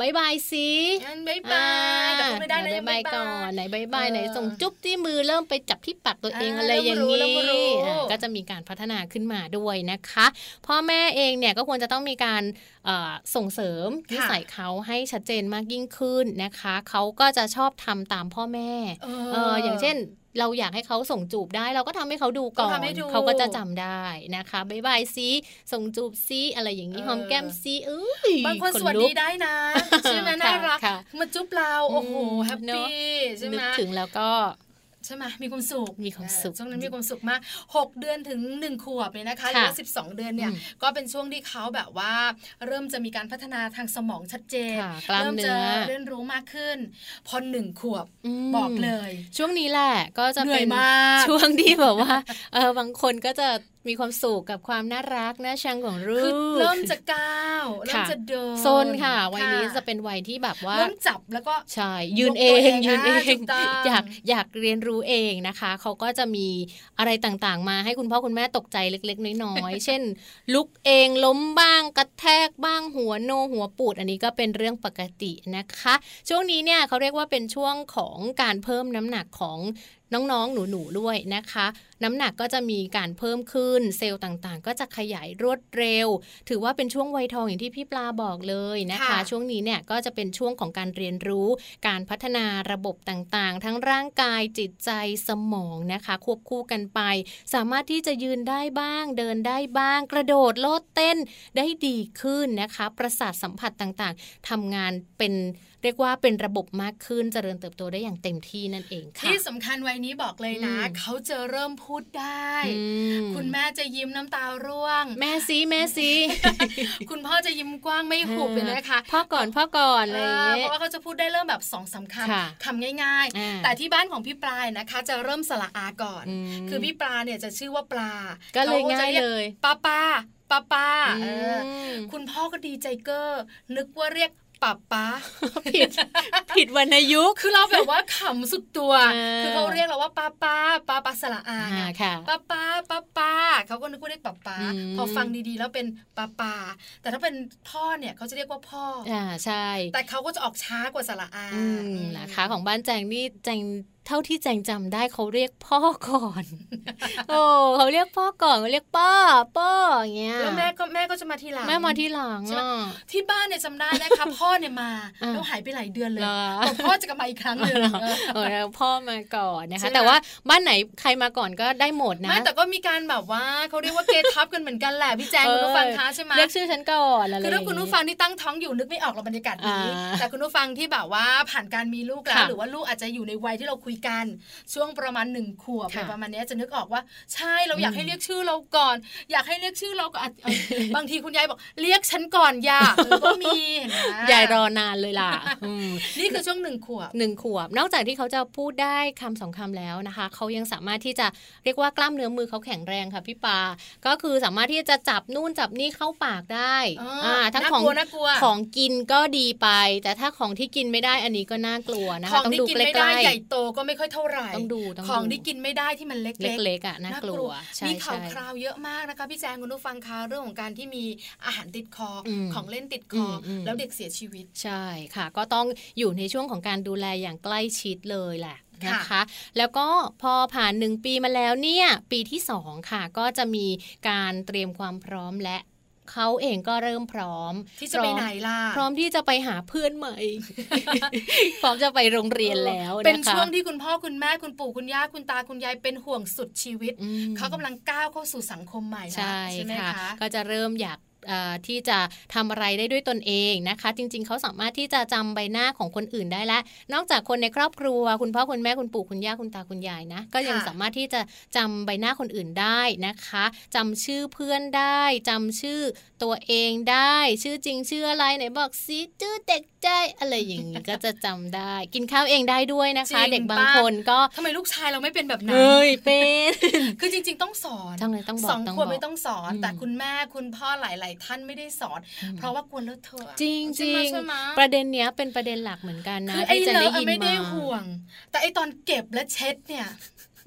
Speaker 2: บายบายสิ
Speaker 3: งั้นบ๊ายบายแต่พูดไม่ได้นะ
Speaker 2: บายบายก่อนไหนบายบายไหน
Speaker 3: เออ
Speaker 2: ส่งจุ๊บที่มือเริ่มไปจับที่ปากตัวเอง
Speaker 3: อ่า
Speaker 2: อะไรอย่าง
Speaker 3: เริ่มรู้
Speaker 2: นี้
Speaker 3: เริ่มรู้
Speaker 2: อ่าก็จะมีการพัฒนาขึ้นมาด้วยนะคะ พ่อแม่เองเนี่ยก็ควรจะต้องมีการเอ่อส่งเสริมนิสัยเขาให้ชัดเจนมากยิ่งขึ้นนะคะ เขาก็จะชอบทำตามพ่อแม่
Speaker 3: เอ
Speaker 2: เอออย่างเช่นเราอยากให้เขาส่งจูบได้ เราก็ทำให้เขาดูก่อน
Speaker 3: ก็ทำให้ดู
Speaker 2: เขาก็จะจำได้นะคะบายบายซีส่งจูบซีอะไรอย่างนี้
Speaker 3: เออ
Speaker 2: หอมแก้มซีเอ้ย
Speaker 3: บางคนสวัส
Speaker 2: ลุ
Speaker 3: ดี
Speaker 2: ก
Speaker 3: ได้นะใช่ไหม
Speaker 2: ค่ะ
Speaker 3: น่ารัก
Speaker 2: ค่ะ
Speaker 3: มาจุ๊บเราโอ้โห
Speaker 2: อืม
Speaker 3: แฮป
Speaker 2: เนอะ
Speaker 3: ปี้ใช่ไหม
Speaker 2: นึกถึงแล้วก็
Speaker 3: ใช่ไหมมีความสุข
Speaker 2: มีความสุข
Speaker 3: เออช่วงนั้นมีความสุขมากหกเดือนถึงหนึ่งขวบเนี่ยนะคะหรือว่าสิบสองเดือนเนี่ย
Speaker 2: อืม
Speaker 3: ก็เป็นช่วงที่เขาแบบว่า เริ่มจะมีการพัฒนาทางสมองชัดเจน
Speaker 2: ค่ะกล้าม
Speaker 3: เริ่มจะ
Speaker 2: เนื้อ
Speaker 3: เรียนรู้มากขึ้น พอหนึ่งขวบ
Speaker 2: ม
Speaker 3: บอกเลย
Speaker 2: ช่วงนี้แหละก็จะ
Speaker 3: เหนื่
Speaker 2: เป็
Speaker 3: อย
Speaker 2: น
Speaker 3: มาก
Speaker 2: ช่วงที่แบบว่าเออบางคนก็จะมีความสุขกับความน่ารักน่าชังของลู
Speaker 3: คือก เริ่มจะก้าวเริ่ม
Speaker 2: ค่ะ
Speaker 3: จะเดิน
Speaker 2: โซนค่ะวัยนี้จะเป็นวัยที่แบบว่า
Speaker 3: เริ่มจับแล้วก็
Speaker 2: ใช่ยืน
Speaker 3: ยกตัว
Speaker 2: เอ
Speaker 3: เอง
Speaker 2: งยืนเอ
Speaker 3: อ่ะถู
Speaker 2: ง
Speaker 3: กต้อง
Speaker 2: อยากอยากเรียนรู้เองนะคะ เขาก็จะมีอะไรต่างๆ มาให้คุณพ่อคุณแม่ตกใจเล็ก ๆ น้อยๆ เช่น ลุกเองล้มบ้างกระแทกบ้างหัวโนหัวปูด อันนี้ก็เป็นเรื่องปกตินะคะ ช่วงนี้เนี่ยเขาเรียกว่าเป็นช่วงของการเพิ่มน้ำหนักของน้องๆ หนูๆ ด้วยนะคะ น้ำหนักก็จะมีการเพิ่มขึ้นเซลล์ต่างๆ ก็จะขยายรวดเร็ว ถือว่าเป็นช่วงวัยทองอย่างที่พี่ปลาบอกเลยนะคะ
Speaker 3: ค่ะ
Speaker 2: ช่วงนี้เนี่ยก็จะเป็นช่วงของการเรียนรู้ การพัฒนาระบบต่างๆ ทั้งร่างกายจิตใจสมองนะคะ ควบคู่กันไป สามารถที่จะยืนได้บ้าง เดินได้บ้าง กระโดดโลดเต้นได้ดีขึ้นนะคะ ประสาทสัมผัสต่างๆทำงานเป็นเรียกว่าเป็นระบบมากขึ้นเจริญเติบโตได้อย่างเต็มที่นั่นเองค่ะ
Speaker 3: ที่สำคัญวัยนี้บอกเลยนะ
Speaker 2: อืม
Speaker 3: เขาจะเริ่มพูดได้
Speaker 2: อื
Speaker 3: คุณแม่จะยิ้มน้ำตาร่วง
Speaker 2: แม่ซีแม่ซี
Speaker 3: คุณพ่อจะยิ้มกว้างไม่หุบเลยนะคะ
Speaker 2: พ่อก่อนพ่อก่อน
Speaker 3: เอ
Speaker 2: อะไรอย่าง
Speaker 3: อ
Speaker 2: เงี้ย
Speaker 3: เพราะว่าเขาจะพูดได้เริ่มแบบสองสามค
Speaker 2: ค่ะ
Speaker 3: ำคำง่าย
Speaker 2: อ่า
Speaker 3: ๆ แต่ที่บ้านของพี่ปลายนะคะ จะเริ่มสระอาก่อน
Speaker 2: อืม
Speaker 3: คือพี่ปลาเนี่ยจะชื่อว่าปลา
Speaker 2: ก็เลย
Speaker 3: ขจะ
Speaker 2: ง่าย
Speaker 3: รี
Speaker 2: เลย
Speaker 3: ป้าป้าป้าป้าเอออ
Speaker 2: ม
Speaker 3: คุณพ่อก็ดีใจเกอร์ นึกว่าเรียกป้าป้า
Speaker 2: ผิดผิดวรรณยุกต์
Speaker 3: คือเราแบบว่าขำสุดตัว
Speaker 2: เออ
Speaker 3: คือเขาเรียกเราว่าป้าป้าป้าป้าสระอา
Speaker 2: อ่า
Speaker 3: ไง
Speaker 2: ค่ะ
Speaker 3: ป้าป้าป้าป้าเขาก็นึกว่าเรียกป้าป้า
Speaker 2: อืม
Speaker 3: พอฟังดีๆ แล้วเป็นป้าป้าแต่ถ้าเป็นพ่อเนี่ยเขาจะเรียกว่าพ่ออ
Speaker 2: อ่าใช่
Speaker 3: แต่เขาก็จะออกช้ากว่าสระอา
Speaker 2: อืม
Speaker 3: อืม
Speaker 2: นะคะของบ้านแจงนี่แจงเท่าที่แจงจำได้เขาเรียกพ่อก่อน โอ้เขาเรียกพ่อก่อนเขาเรียกป้าป้าอย่างเงี้ย
Speaker 3: แล้วแม่ก็แม่ก็จะมาทีหลัง
Speaker 2: แม่มาที่หลัง
Speaker 3: ใช่ไหม
Speaker 2: อ่ะ
Speaker 3: ที่บ้านเนี่ยจำได้นะคะ พ่อเนี่ยมา
Speaker 2: อ่า
Speaker 3: แล้วหายไปหลายเดือนเลย
Speaker 2: เหรอ
Speaker 3: แต่พ่อจะกลับมาอีกครั้งหนึ่งเออ
Speaker 2: เออแล้วพ่อมาก่อนนะ
Speaker 3: ใช่
Speaker 2: คะ
Speaker 3: ไหม
Speaker 2: แต่ว่าบ้านไหนใครมาก่อนก็ได้หมดนะ
Speaker 3: ไม่แต่ก็มีการแบบว่าเขาเรียกว่าเกทับกันเหมือนกันแหละพี่แจงคุณผู้ฟังคะใช่ไหม
Speaker 2: เรียกชื่อฉันก่อนอะไร
Speaker 3: คือถ้าคุณ
Speaker 2: ย่งงี้
Speaker 3: ผู้ฟังที่ตั้งท้องอยู่นึกไม่ออกหรอกบรรยากาศนี้
Speaker 2: อ่า
Speaker 3: แต่คุณผู้ฟังที่แบบว่าผ่านการมีลูกแล้
Speaker 2: ค่ะ
Speaker 3: ว หรือว่าลูกอาจจะอยู่ในวัยที่เราคุยกัน ช่วงประมาณหนึ่งขวบ
Speaker 2: ค่ะ
Speaker 3: ประมาณเนี้ยจะนึกออกว่า ใช่เราอยาก
Speaker 2: อืม
Speaker 3: ให้เรียกชื่อเราก่อน อยากให้เรียกชื่อเราก่อนอ่ะบางทีคุณยายบอกเรียกฉันก่อนย่าเออก็มีเห็นไหม
Speaker 2: ยายรอนานเลย ล่ะอืม
Speaker 3: นี่คือช่วงหนึ่งขวบ
Speaker 2: หนึ่งขวบ นอกจากที่เขาจะพูดได้คำสองคำแล้วนะคะ เขายังสามารถที่จะเรียกว่ากล้ามเนื้อมือเขาแข็งแรงค่ะพี่ปา ก็คือสามารถที่จะจับนู่นจับนี่เข้าปากได้
Speaker 3: อ๋ออ่
Speaker 2: าทั้งของ
Speaker 3: น่ากลัวน่ากลัว
Speaker 2: ของกินก็ดีไป แต่ถ้าของที่กินไม่ได้อันนี้ก็น่ากลัวนะ
Speaker 3: ขอ
Speaker 2: คะต้
Speaker 3: ง
Speaker 2: อง
Speaker 3: ที่
Speaker 2: ดู
Speaker 3: กิน
Speaker 2: ใกล้ๆ
Speaker 3: ไม่ได้ใหญ่โตก็ไม่ค่อยเท่าไหร่
Speaker 2: ต้องดูต้องดู
Speaker 3: ของที่กินไม่ได้ที่มันเล็กๆ
Speaker 2: เล็กๆอ่ะน่ากลัวใช่
Speaker 3: มีข่าว
Speaker 2: ใช่
Speaker 3: คราวเยอะมากนะคะพี่แจงคุณผู้ฟังคะเรื่องของการที่มีอาหารติดคออ
Speaker 2: ม
Speaker 3: ของเล่นติดคออ
Speaker 2: ม
Speaker 3: แล้วเด็กเสียชีวิต
Speaker 2: ใช่ค่ะ ก็ต้องอยู่ในช่วงของการดูแลอย่างใกล้ชิดเลยแหละนะคะ แล้วก็พอผ่านหนึ่งปีมาแล้วเนี่ย ปีที่สองค่ะ ก็จะมีการเตรียมความพร้อมและเขาเองก็เริ่มพร้อม
Speaker 3: ที่จะไปไหนล่ะ
Speaker 2: พร้อมพร้อมที่จะไปหาเพื่อน ใหม่ พร้อมจะไปโรงเรียนแล้วนะคะ
Speaker 3: เป็นช่วงที่คุณพ่อคุณแม่คุณปู่คุณย่าคุณตาคุณยายเป็นห่วงสุดชีวิต
Speaker 2: อืม
Speaker 3: เขากำลังก้าวเข้าสู่สังคมใหม่แล้ว
Speaker 2: ใช่
Speaker 3: ใช่ไหม
Speaker 2: ค่ะ
Speaker 3: คะ
Speaker 2: ก็จะเริ่มอยากเอ่อที่จะทำอะไรได้ด้วยตนเองนะคะ จริง ๆ เขาสามารถที่จะจำใบหน้าของคนอื่นได้และ นอกจากคนในครอบครัว คุณพ่อคุณแม่คุณปู่คุณย่าคุณตาคุณยายนะก็ยัง
Speaker 3: ค่ะ
Speaker 2: สามารถที่จะจำใบหน้าคนอื่นได้นะคะจำชื่อเพื่อนได้จำชื่อตัวเองได้ ชื่อจริงชื่ออะไรไหนบอกซิชื่อเด็กใจอะไรอย่างนี้ ก็จะจำได้ กินข้าวเองได้ด้วยนะคะ
Speaker 3: จริง
Speaker 2: เด็กบาง
Speaker 3: ปะ
Speaker 2: คนก็
Speaker 3: ทำไมลูกชายเราไม่เป็นแบบนั้น
Speaker 2: เอ้ยเป็น
Speaker 3: คือจริง ๆ ต้องสอน
Speaker 2: ต้องเลยต้องบอ
Speaker 3: สอก ง
Speaker 2: ต้อง
Speaker 3: ข
Speaker 2: บ
Speaker 3: ว
Speaker 2: อบ ก
Speaker 3: ไม่ต้องสอน
Speaker 2: อืม
Speaker 3: แต่คุณแม่คุณพ่อหลาย ๆ ท่านไม่ได้สอน
Speaker 2: อืม
Speaker 3: เพราะว่ากลัวเลอะเทอะ
Speaker 2: จริงจ
Speaker 3: ใช่
Speaker 2: ริ
Speaker 3: ไหม
Speaker 2: ง
Speaker 3: ใช่ไหม
Speaker 2: ประเด็นเนี้ยเป็นประเด็นหลักเหมือนกันนะ
Speaker 3: คือไอ้
Speaker 2: ที่จะ
Speaker 3: เล
Speaker 2: ได้
Speaker 3: อะอะ
Speaker 2: ยิน
Speaker 3: ไม่ได้
Speaker 2: มา
Speaker 3: ห่วง แต่ไอตอนเก็บและเช็ดเนี่ย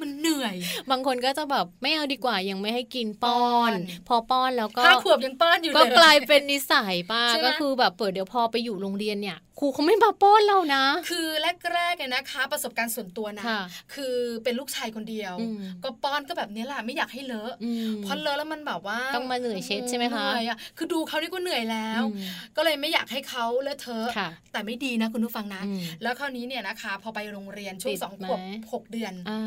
Speaker 3: มันเหนื่อย
Speaker 2: บางคนก็จะแบบไม่เอาดีกว่ายังไม่ให้กินป้อน
Speaker 3: ป้อน
Speaker 2: พอป้อนแล้วก็
Speaker 3: ห้าขวบยังป้อนอยู่เลย
Speaker 2: ก็กลายเป็นนิสัยป้า
Speaker 3: ใช่ไหม
Speaker 2: ก็คือแบบเปิดเดี๋ยวพอไปอยู่โรงเรียนเนี่ยครูเขาไม่มาป้อนเรานะ
Speaker 3: คือแรกๆเนี่ยนะคะ ประสบการณ์ส่วนตัวนะ
Speaker 2: ค่ะ
Speaker 3: คือเป็นลูกชายคนเดียว
Speaker 2: อืม
Speaker 3: ก็ป้อนก็แบบเนี้ยแหละไม่อยากให้เลอะ
Speaker 2: อืม
Speaker 3: เพราะเลอะแล้วมันแบบว่า
Speaker 2: ต้องมาเหนื่อยเช็ดใช่ไหมคะ
Speaker 3: เหนื่อยอะคือดูเขานี่ก็เหนื่อยแล้ว
Speaker 2: อืม
Speaker 3: ก็เลยไม่อยากให้เขาเลอะเทอะ
Speaker 2: ค่ะ
Speaker 3: แต่ไม่ดีนะคุณผู้ฟังนะ
Speaker 2: อืม
Speaker 3: แล้วคราวนี้เนี่ยนะคะ พอไปโรงเรียนช่ว
Speaker 2: ติ
Speaker 3: ง
Speaker 2: ด
Speaker 3: สองขวบ
Speaker 2: ไหม
Speaker 3: หกเดือน
Speaker 2: อ่า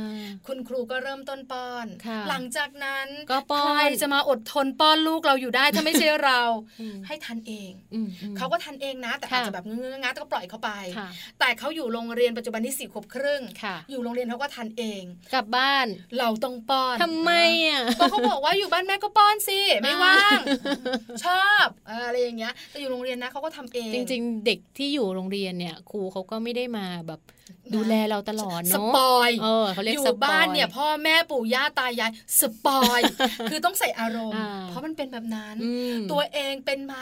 Speaker 3: คุณครูก็เริ่มต้นป้อน
Speaker 2: ค่ะ
Speaker 3: หลังจากนั้น
Speaker 2: ก็ป้อน
Speaker 3: ใครจะมาอดทนป้อนลูกเราอยู่ได้ถ้าไม่ใช่เรา
Speaker 2: อืม
Speaker 3: ให้ทันเอง
Speaker 2: อืมอืม
Speaker 3: เขาก็ทันเองนะ แต่
Speaker 2: ค่ะ
Speaker 3: อาจจะแบบเงื้อๆงะแต่ก็ปล่อยเขาไป
Speaker 2: ค่ะ
Speaker 3: แต่เขาอยู่โรงเรียนปัจจุบันที่สี่ขวบครึ่ง
Speaker 2: ค่ะ
Speaker 3: อยู่โรงเรียนเขาก็ทันเอง
Speaker 2: กลับบ้าน
Speaker 3: เราต้องป้อน
Speaker 2: ทำไมอ่ะ
Speaker 3: ก็เขาบอกว่าอยู่บ้านแม่ก็ป้อน สิไม่ว่าง
Speaker 2: อ่า
Speaker 3: ชอบเอออะไรอย่างเงี้ยแต่อยู่โรงเรียนนะเขาก็ทำเอง
Speaker 2: จริงๆ เด็กที่อยู่โรงเรียนเนี่ยครูเขาก็ไม่ได้มาแบบดูแลเราตลอด
Speaker 3: ส
Speaker 2: เนาะ
Speaker 3: ปอย
Speaker 2: เออเขาเรียก
Speaker 3: อ
Speaker 2: ส
Speaker 3: ยู่
Speaker 2: ปอย
Speaker 3: บ้านเนี่ยพ่อแม่ปู่ย่าตายายสปอย คือต้องใส่อารมณ์
Speaker 2: อ่า
Speaker 3: เพราะมันเป็นแบบนั้น
Speaker 2: อืม
Speaker 3: ตัวเองเป็นไหม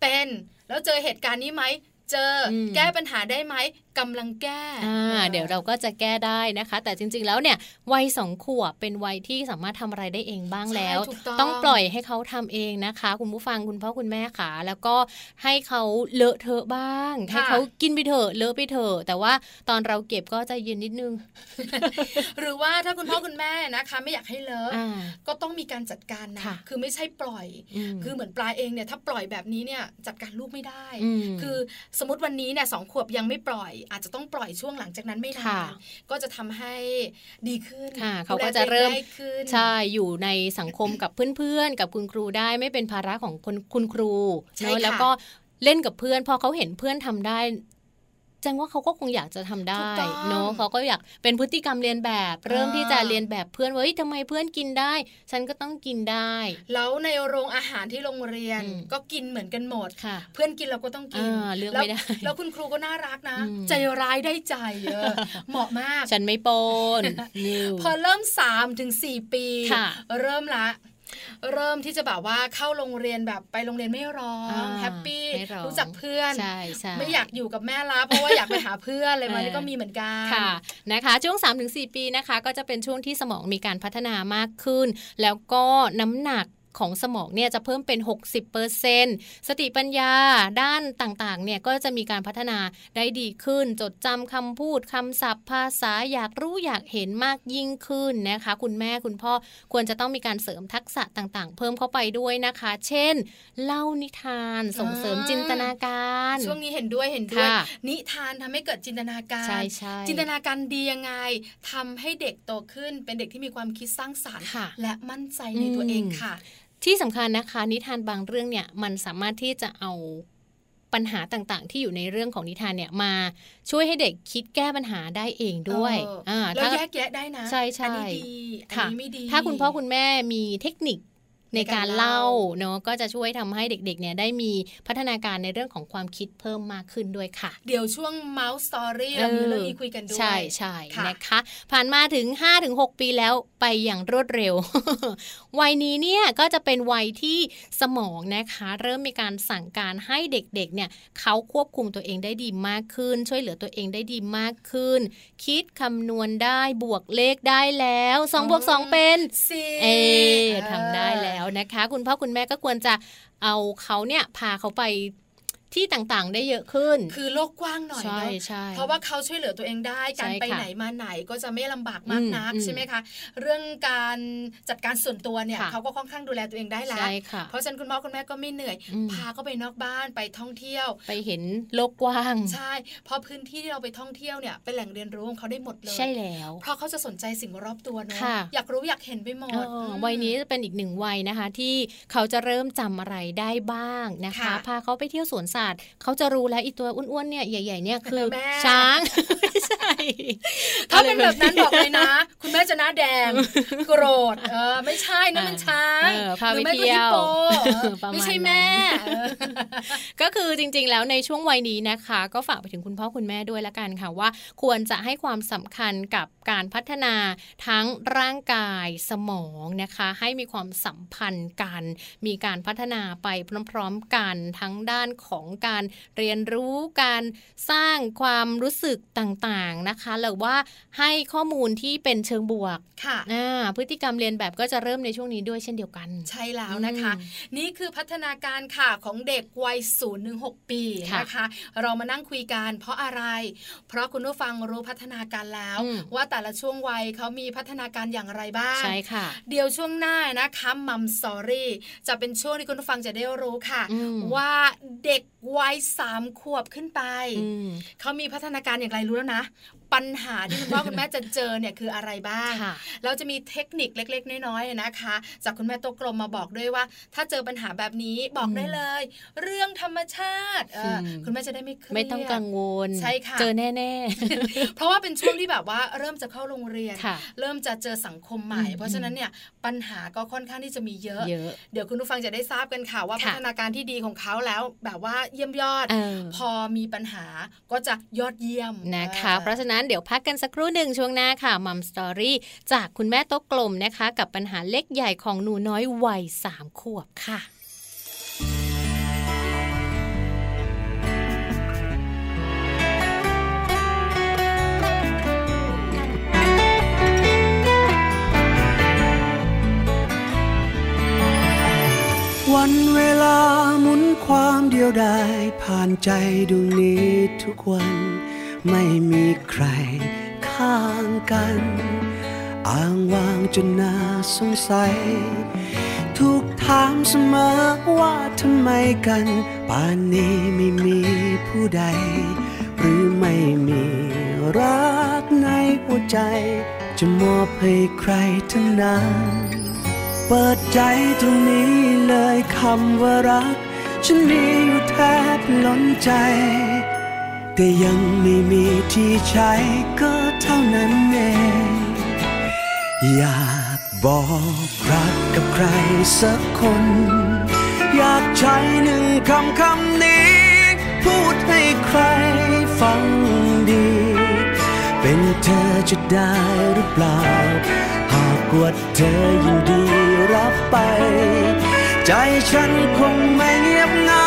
Speaker 3: เป็น แล้วเจอเหตุการณ์นี้ไหมเจออ
Speaker 2: ม
Speaker 3: แก้ปัญหาได้ไหมกำลังแก้
Speaker 2: อ่าเดี๋ยวเราก็จะแก้ได้นะคะ แต่จริง ๆ แล้วเนี่ยวัยสองขวบเป็นวัยที่สามารถทำอะไรได้เองบ้างแล้ว
Speaker 3: ใช่ถูก
Speaker 2: ต้องปล่อยให้เขาทำเองนะคะ คุณผู้ฟังคุณพ่อคุณแม่ค่ะ แล้วก็ให้เขาเลอะเทอะบ้าง
Speaker 3: ค่ะ
Speaker 2: ให้เขากินไปเถอะเลอะไปเถอะแต่ว่าตอนเราเก็บก็ใจะเย็นนิดนึง
Speaker 3: หรือว่าถ้าคุณพ่อคุณแม่นะคะ ไม่อยากให้เลอะ
Speaker 2: อ่า
Speaker 3: ก็ต้องมีการจัดการนะ
Speaker 2: ค่ะ
Speaker 3: คือไม่ใช่ปล่อย
Speaker 2: ม
Speaker 3: คือเหมือนปลาเองเนี่ยถ้าปล่อยแบบนี้เนี่ยจัดการลูกไม่ได้
Speaker 2: ม
Speaker 3: คือสมมติวันนี้เนี่ยสองขวบยังไม่ปล่อย อาจจะต้องปล่อยช่วงหลังจากนั้นไม่นาน
Speaker 2: ค่ะ
Speaker 3: ก็จะทำให้ดีขึ้น
Speaker 2: ค่ะเขา
Speaker 3: ดูแล
Speaker 2: ก็จะเริ่ม
Speaker 3: ตัวองได้ขึ้น
Speaker 2: ใช่ อยู่ในสังคมกับเพื่อนๆ กับคุณครูได้ไม่เป็นภาระของคนคุณครู
Speaker 3: ใช่
Speaker 2: เนอะ
Speaker 3: ค่ะ
Speaker 2: แล้วก็เล่นกับเพื่อนพอเขาเห็นเพื่อนทำได้จังว่าเขาก็คงอยากจะทำ
Speaker 3: ถู
Speaker 2: ได้
Speaker 3: กต้อง
Speaker 2: เนาะเขาก็อยากเป็นพฤติกรรมเรียนแบบ เริ่มที่จะเรียนแบบเพื่อนว่าเฮ้ยทำไมเพื่อนกินได้ ฉันก็ต้องกินได้
Speaker 3: แล้วในโรงอาหารที่โรงเรียน
Speaker 2: อืม
Speaker 3: ก็กินเหมือนกันหมด
Speaker 2: ค่ะ
Speaker 3: เพื่อนกินเราก็ต้องกิน
Speaker 2: อ่าเลือก
Speaker 3: แล้ว
Speaker 2: ไม่ได้
Speaker 3: แล้วคุณครูก็น่ารักนะ
Speaker 2: อืม
Speaker 3: ใจร้ายได้ใจเออเหมาะมาก
Speaker 2: ฉันไม่ปน
Speaker 3: พอเริ่ม3าถึงสปี
Speaker 2: ค่ะ
Speaker 3: เริ่มละ เริ่มที่จะแบบว่าเข้าโรงเรียนแบบไปโรงเรียนไม่ร้อง แฮปปี้
Speaker 2: ไม่อง
Speaker 3: รู้จักเพื่อน
Speaker 2: ใช่ใช่
Speaker 3: ไม่อยากอยู่กับแม่ละเพราะว่าอยากไปหาเพื่อนอะไรมานี่ก็มีเหมือนกัน
Speaker 2: ค่ะนะคะช่วง 3-4 ปีนะคะ ก็จะเป็นช่วงที่สมองมีการพัฒนามากขึ้น แล้วก็น้ำหนักของสมองเนี่ยจะเพิ่มเป็น 60%สติปัญญาด้านต่างๆเนี่ยก็จะมีการพัฒนาได้ดีขึ้น จดจำคำพูดคำศัพท์ภาษาอยากรู้อยากเห็นมากยิ่งขึ้นนะคะ คุณแม่คุณพ่อควรจะต้องมีการเสริมทักษะต่างๆ เพิ่มเข้าไปด้วยนะคะ เช่น เล่านิทานส่งเสริมจินตนาการ
Speaker 3: ช่วงนี้เห็นด้วยเห็นด้วย
Speaker 2: ค่ะ
Speaker 3: นิทานทำให้เกิดจินตนาการ
Speaker 2: ใช่ใช่
Speaker 3: จินตนาการดียังไงทำให้เด็กโตขึ้น เป็นเด็กที่มีความคิดสร้างสรรค์
Speaker 2: ค่ะ
Speaker 3: และมั่นใจในตัว
Speaker 2: อืม
Speaker 3: เองค่ะ
Speaker 2: ที่สำคัญนะคะนิทานบางเรื่องเนี่ยมันสามารถที่จะเอาปัญหาต่างๆ ที่อยู่ในเรื่องของนิทานเนี่ยมาช่วยให้เด็กคิดแก้ปัญหาได้เองด้วย
Speaker 3: เอออ่
Speaker 2: ่า
Speaker 3: แล้ว
Speaker 2: ถ้า
Speaker 3: แยกแยะได้นะ
Speaker 2: ใช่ใช่
Speaker 3: อันนี้ดีอัน
Speaker 2: ค่ะ
Speaker 3: นี้ไม่ดี
Speaker 2: ถ้าคุณพ่อคุณแม่มีเทคนิคในการ
Speaker 3: ในการเล่า
Speaker 2: เล่าเนาะก็จะช่วยทำให้เด็กๆเนี่ยได้มีพัฒนาการในเรื่องของความคิดเพิ่มมากขึ้นด้วยค่ะ
Speaker 3: เดี๋ยวช่วง Mouse Story เรามีเรื่องนี้คุยกันด้วย
Speaker 2: ใช่ใช่
Speaker 3: ค่ะ
Speaker 2: นะคะ ผ่านมาถึง 5-6 ปีแล้วไปอย่างรวดเร็ว วัยนี้เนี่ยก็จะเป็นวัยที่สมองนะคะ เริ่มมีการสั่งการให้เด็กๆเนี่ยเขาควบคุมตัวเองได้ดีมากขึ้น ช่วยเหลือตัวเองได้ดีมากขึ้น คิดคำนวณได้บวกเลขได้แล้ว2บวก2เป็น
Speaker 3: สิ
Speaker 2: เออทำได้แล้วนะคะ คุณพ่อคุณแม่ก็ควรจะเอาเขาเนี่ยพาเขาไปที่ต่างๆ ได้เยอะขึ้น
Speaker 3: คือโลกกว้างหน่อย
Speaker 2: ใช่
Speaker 3: เนาะ
Speaker 2: ใช่
Speaker 3: เพราะว่าเขาช่วยเหลือตัวเองได้ การ
Speaker 2: ใช่ค่ะ
Speaker 3: ไปไหนมาไหนก็จะไม่ลำบากมากนัก
Speaker 2: อืม
Speaker 3: ใช่ไหมคะ เรื่องการจัดการส่วนตัวเนี่ย
Speaker 2: ค่ะ
Speaker 3: เขาก็ค่อนข้างดูแลตัวเองได้แล้ว
Speaker 2: ใช่ค่ะ
Speaker 3: เพราะฉะนั้นคุณพ่อคุณแม่ก็ไม่เหนื่อย
Speaker 2: อืม
Speaker 3: พาเขาไปนอกบ้านไปท่องเที่ยว
Speaker 2: ไปเห็นโลกกว้าง
Speaker 3: ใช่ เพราะพื้นที่ที่เราไปท่องเที่ยวเนี่ยเป็นแหล่งเรียนรู้ของเขาได้หมดเลย
Speaker 2: ใช่แล้ว
Speaker 3: เพราะเขาจะสนใจสิ่งรอบตัวเนอะ
Speaker 2: ค่ะ
Speaker 3: อยากรู้อยากเห็นไปหมด
Speaker 2: เออ
Speaker 3: ม
Speaker 2: วัยนี้จะเป็นอีกหนึ่งวัยนะคะ ที่เขาจะเริ่มจำอะไรได้บ้างนะคะ
Speaker 3: ค่ะ
Speaker 2: พาเขาไปเที่ยวสวนสัตว์เขาจะรู้แล้วไอีตัวอ้วนๆเนี่ยใหญ่ ๆ เนี่ยคือ
Speaker 3: แม่
Speaker 2: ช้าง ไม่ใช่
Speaker 3: ถ้าเป็นแบบนั้นบอกเลยนะ คุณแม่จะหน้าแด ง โกรธเออไม่ใช่นะ
Speaker 2: อ่า
Speaker 3: มันช้าง
Speaker 2: เออพา
Speaker 3: ห
Speaker 2: ไป
Speaker 3: รือไม่
Speaker 2: เที่ยว
Speaker 3: ก็ฮิปโปเออ
Speaker 2: ประมาณนั้น
Speaker 3: ไม่ใช่แม่เออ
Speaker 2: ก็คือจริงๆ แล้วในช่วงวัยนี้นะคะ ก็ฝากไปถึงคุณพ่อคุณแม่ด้วยละกันค่ะว่า ควรจะให้ความสำคัญกับการพัฒนาทั้งร่างกายสมองนะคะ ให้มีความสัมพันธ์กัน มีการพัฒนาไปพร้อมๆกันทั้งด้านของ ของการเรียนรู้การสร้างความรู้สึกต่างๆนะคะหรือว่าให้ข้อมูลที่เป็นเชิงบวก
Speaker 3: ค่ะ
Speaker 2: อ่าพฤติกรรมเรียนแบบก็จะเริ่มในช่วงนี้ด้วยเช่นเดียวกัน
Speaker 3: ใช่แล้วนะคะ
Speaker 2: อืม
Speaker 3: นี่คือพัฒนาการค่ะของเด็กวัย0 1 6 ปี
Speaker 2: ค่ะ
Speaker 3: นะคะ เรามานั่งคุยกันเพราะอะไร เพราะคุณผู้ฟังรู้พัฒนาการแล้ว
Speaker 2: อืม
Speaker 3: ว่าแต่ละช่วงวัยเขามีพัฒนาการอย่างไรบ้าง
Speaker 2: ใช่ค่ะ
Speaker 3: เดี๋ยวช่วงหน้านะคะมัมสอรี่จะเป็นช่วงที่คุณผู้ฟังจะได้รู้ค่ะ
Speaker 2: อืม
Speaker 3: ว่าเด็กวัยสามขวบขึ้นไป
Speaker 2: อืม
Speaker 3: เขามีพัฒนาการอย่างไรรู้แล้วนะ ปัญหาที่คุณพ่อ คุณแม่จะเจอเนี่ยคืออะไรบ้าง
Speaker 2: ค่ะ
Speaker 3: เราจะมีเทคนิคเล็ก ๆ น้อยๆนะคะ จากคุณแม่ตัวกลมมาบอกด้วยว่า ถ้าเจอปัญหาแบบนี้บอกได้เลย เรื่องธรรมชาติเออ
Speaker 2: อืม
Speaker 3: คุณแม่จะได้ไม่เครียด
Speaker 2: ไม่ต้องกังวล
Speaker 3: ใช่ค่ะ
Speaker 2: เจอแน่
Speaker 3: เพราะว่าเป็นช่วงที่แบบว่าเริ่มจะเข้าโรงเรียน
Speaker 2: ๆ ค่ะ
Speaker 3: เริ่มจะเจอสังคมใหม่
Speaker 2: อืม
Speaker 3: เพราะฉะนั้นเนี่ยปัญหาก็ค่อนข้างที่จะมีเยอะ
Speaker 2: เยอะ
Speaker 3: เดี๋ยวคุณผู้ฟังจะได้ทราบกันค่ะว่า
Speaker 2: ค่ะ
Speaker 3: พัฒนาการที่ดีของเขาแล้ว แบบว่าเยี่ยมยอด
Speaker 2: เออ
Speaker 3: พอมีปัญหาก็จะยอดเยี่ยม
Speaker 2: นะคะ
Speaker 3: ออ
Speaker 2: เพราะฉะนั้นเดี๋ยวพักกันสักครู่หนึ่งช่วงหน้าค่ะมัมสตอรี่จากคุณแม่โต๊ะกลมนะคะ กับปัญหาเล็กใหญ่ของหนูน้อยวัยสามขวบค่ะ
Speaker 5: วันเวลาหมุนความเดียวดายผ่านใจดวงนี้ทุกวัน ไม่มีใครข้างกัน อ้างวางจนน่าสงสัย ถูกถามเสมอว่าทำไมกัน ป่านนี้ไม่มีผู้ใด หรือไม่มีรักในหัวใจ จะมอบให้ใครทั้งนั้น เปิดใจตรงนี้เลยคำว่ารัก ฉันมีอยู่แทบล้นใจ แต่ยังไม่มีที่ใช้ก็เท่านั้นเองอยากบอกรักกับใครสักคน อยากใช้หนึ่งคำคำนี้ พูดให้ใครฟังดี เป็นเธอจะได้หรือเปล่า หากว่าเธอยินดีรับไป ใจฉันคงไม่เงียบเหงา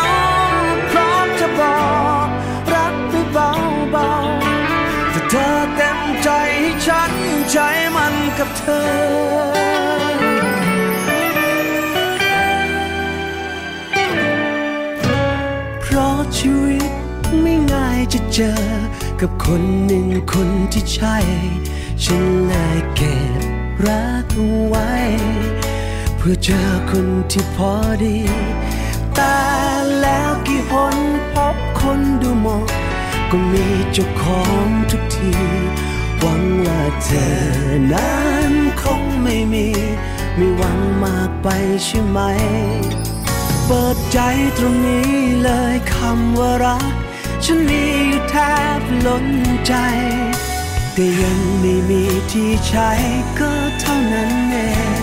Speaker 5: พร้อมจะบอกรักไปเบาๆแต่เธอเต็มใจให้ฉันใจมันกับเธอ เพราะชีวิตไม่ง่ายจะเจอ กับคนหนึ่งคนที่ใช่ ฉันเลยเก็บรักเอาไว้ เพื่อเจอคนที่พอดี แต่แล้วกี่หนพบคนดูเหมด ก็มีเจ้าของทุกที หวังว่าเธอนั้นคงไม่มี ไม่หวังมากไปใช่ไหม เปิดใจตรงนี้เลยคำว่ารัก ฉันมีอยู่แทบล้นใจ แต่ยังไม่มีที่ใช้ก็เท่านั้นเอง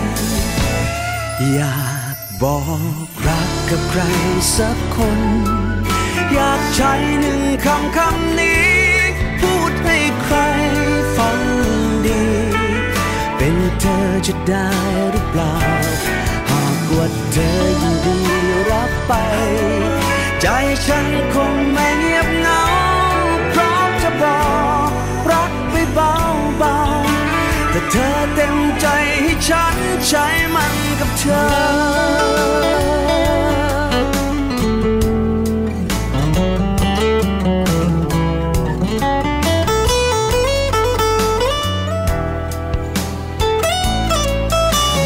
Speaker 5: อยากบอกรักกับใครสักคน อยากใช้หนึ่งคำคำนี้ พูดให้ใครฟังดี เป็นเธอจะได้หรือเปล่า หากว่าเธอยินดีรับไป ใจฉันคงไม่เงียบเหงาพร้อมจะบอกรักไปเบาๆแต่เธอเต็มใจให้ฉันใช้มันกับเธอ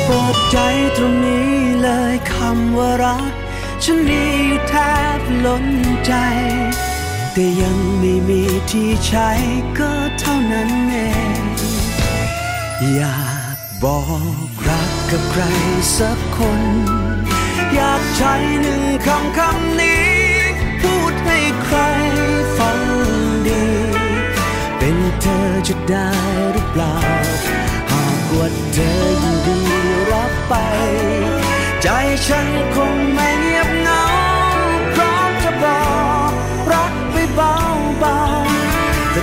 Speaker 5: เปิดใจตรงนี้เลยคำว่ารัก ฉันมีอยู่แทบล้นใจ แต่ยังไม่มีที่ใช้ก็เท่านั้นเอง อยากบอกรักกับใครสักคน อยากใช้หนึ่งคำคำนี้ พูดให้ใครฟังดี เป็นเธอจะได้หรือเปล่า หากว่าเธอยินดีรับไป ใจฉันคงไม่เงียบเหงาพร้อมจะบอกรักไปเบาๆแต่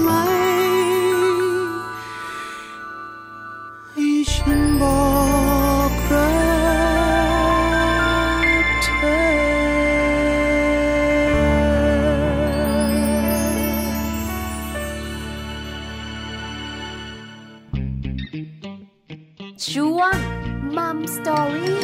Speaker 5: ไหม
Speaker 6: ช่วงมัมสตอรี่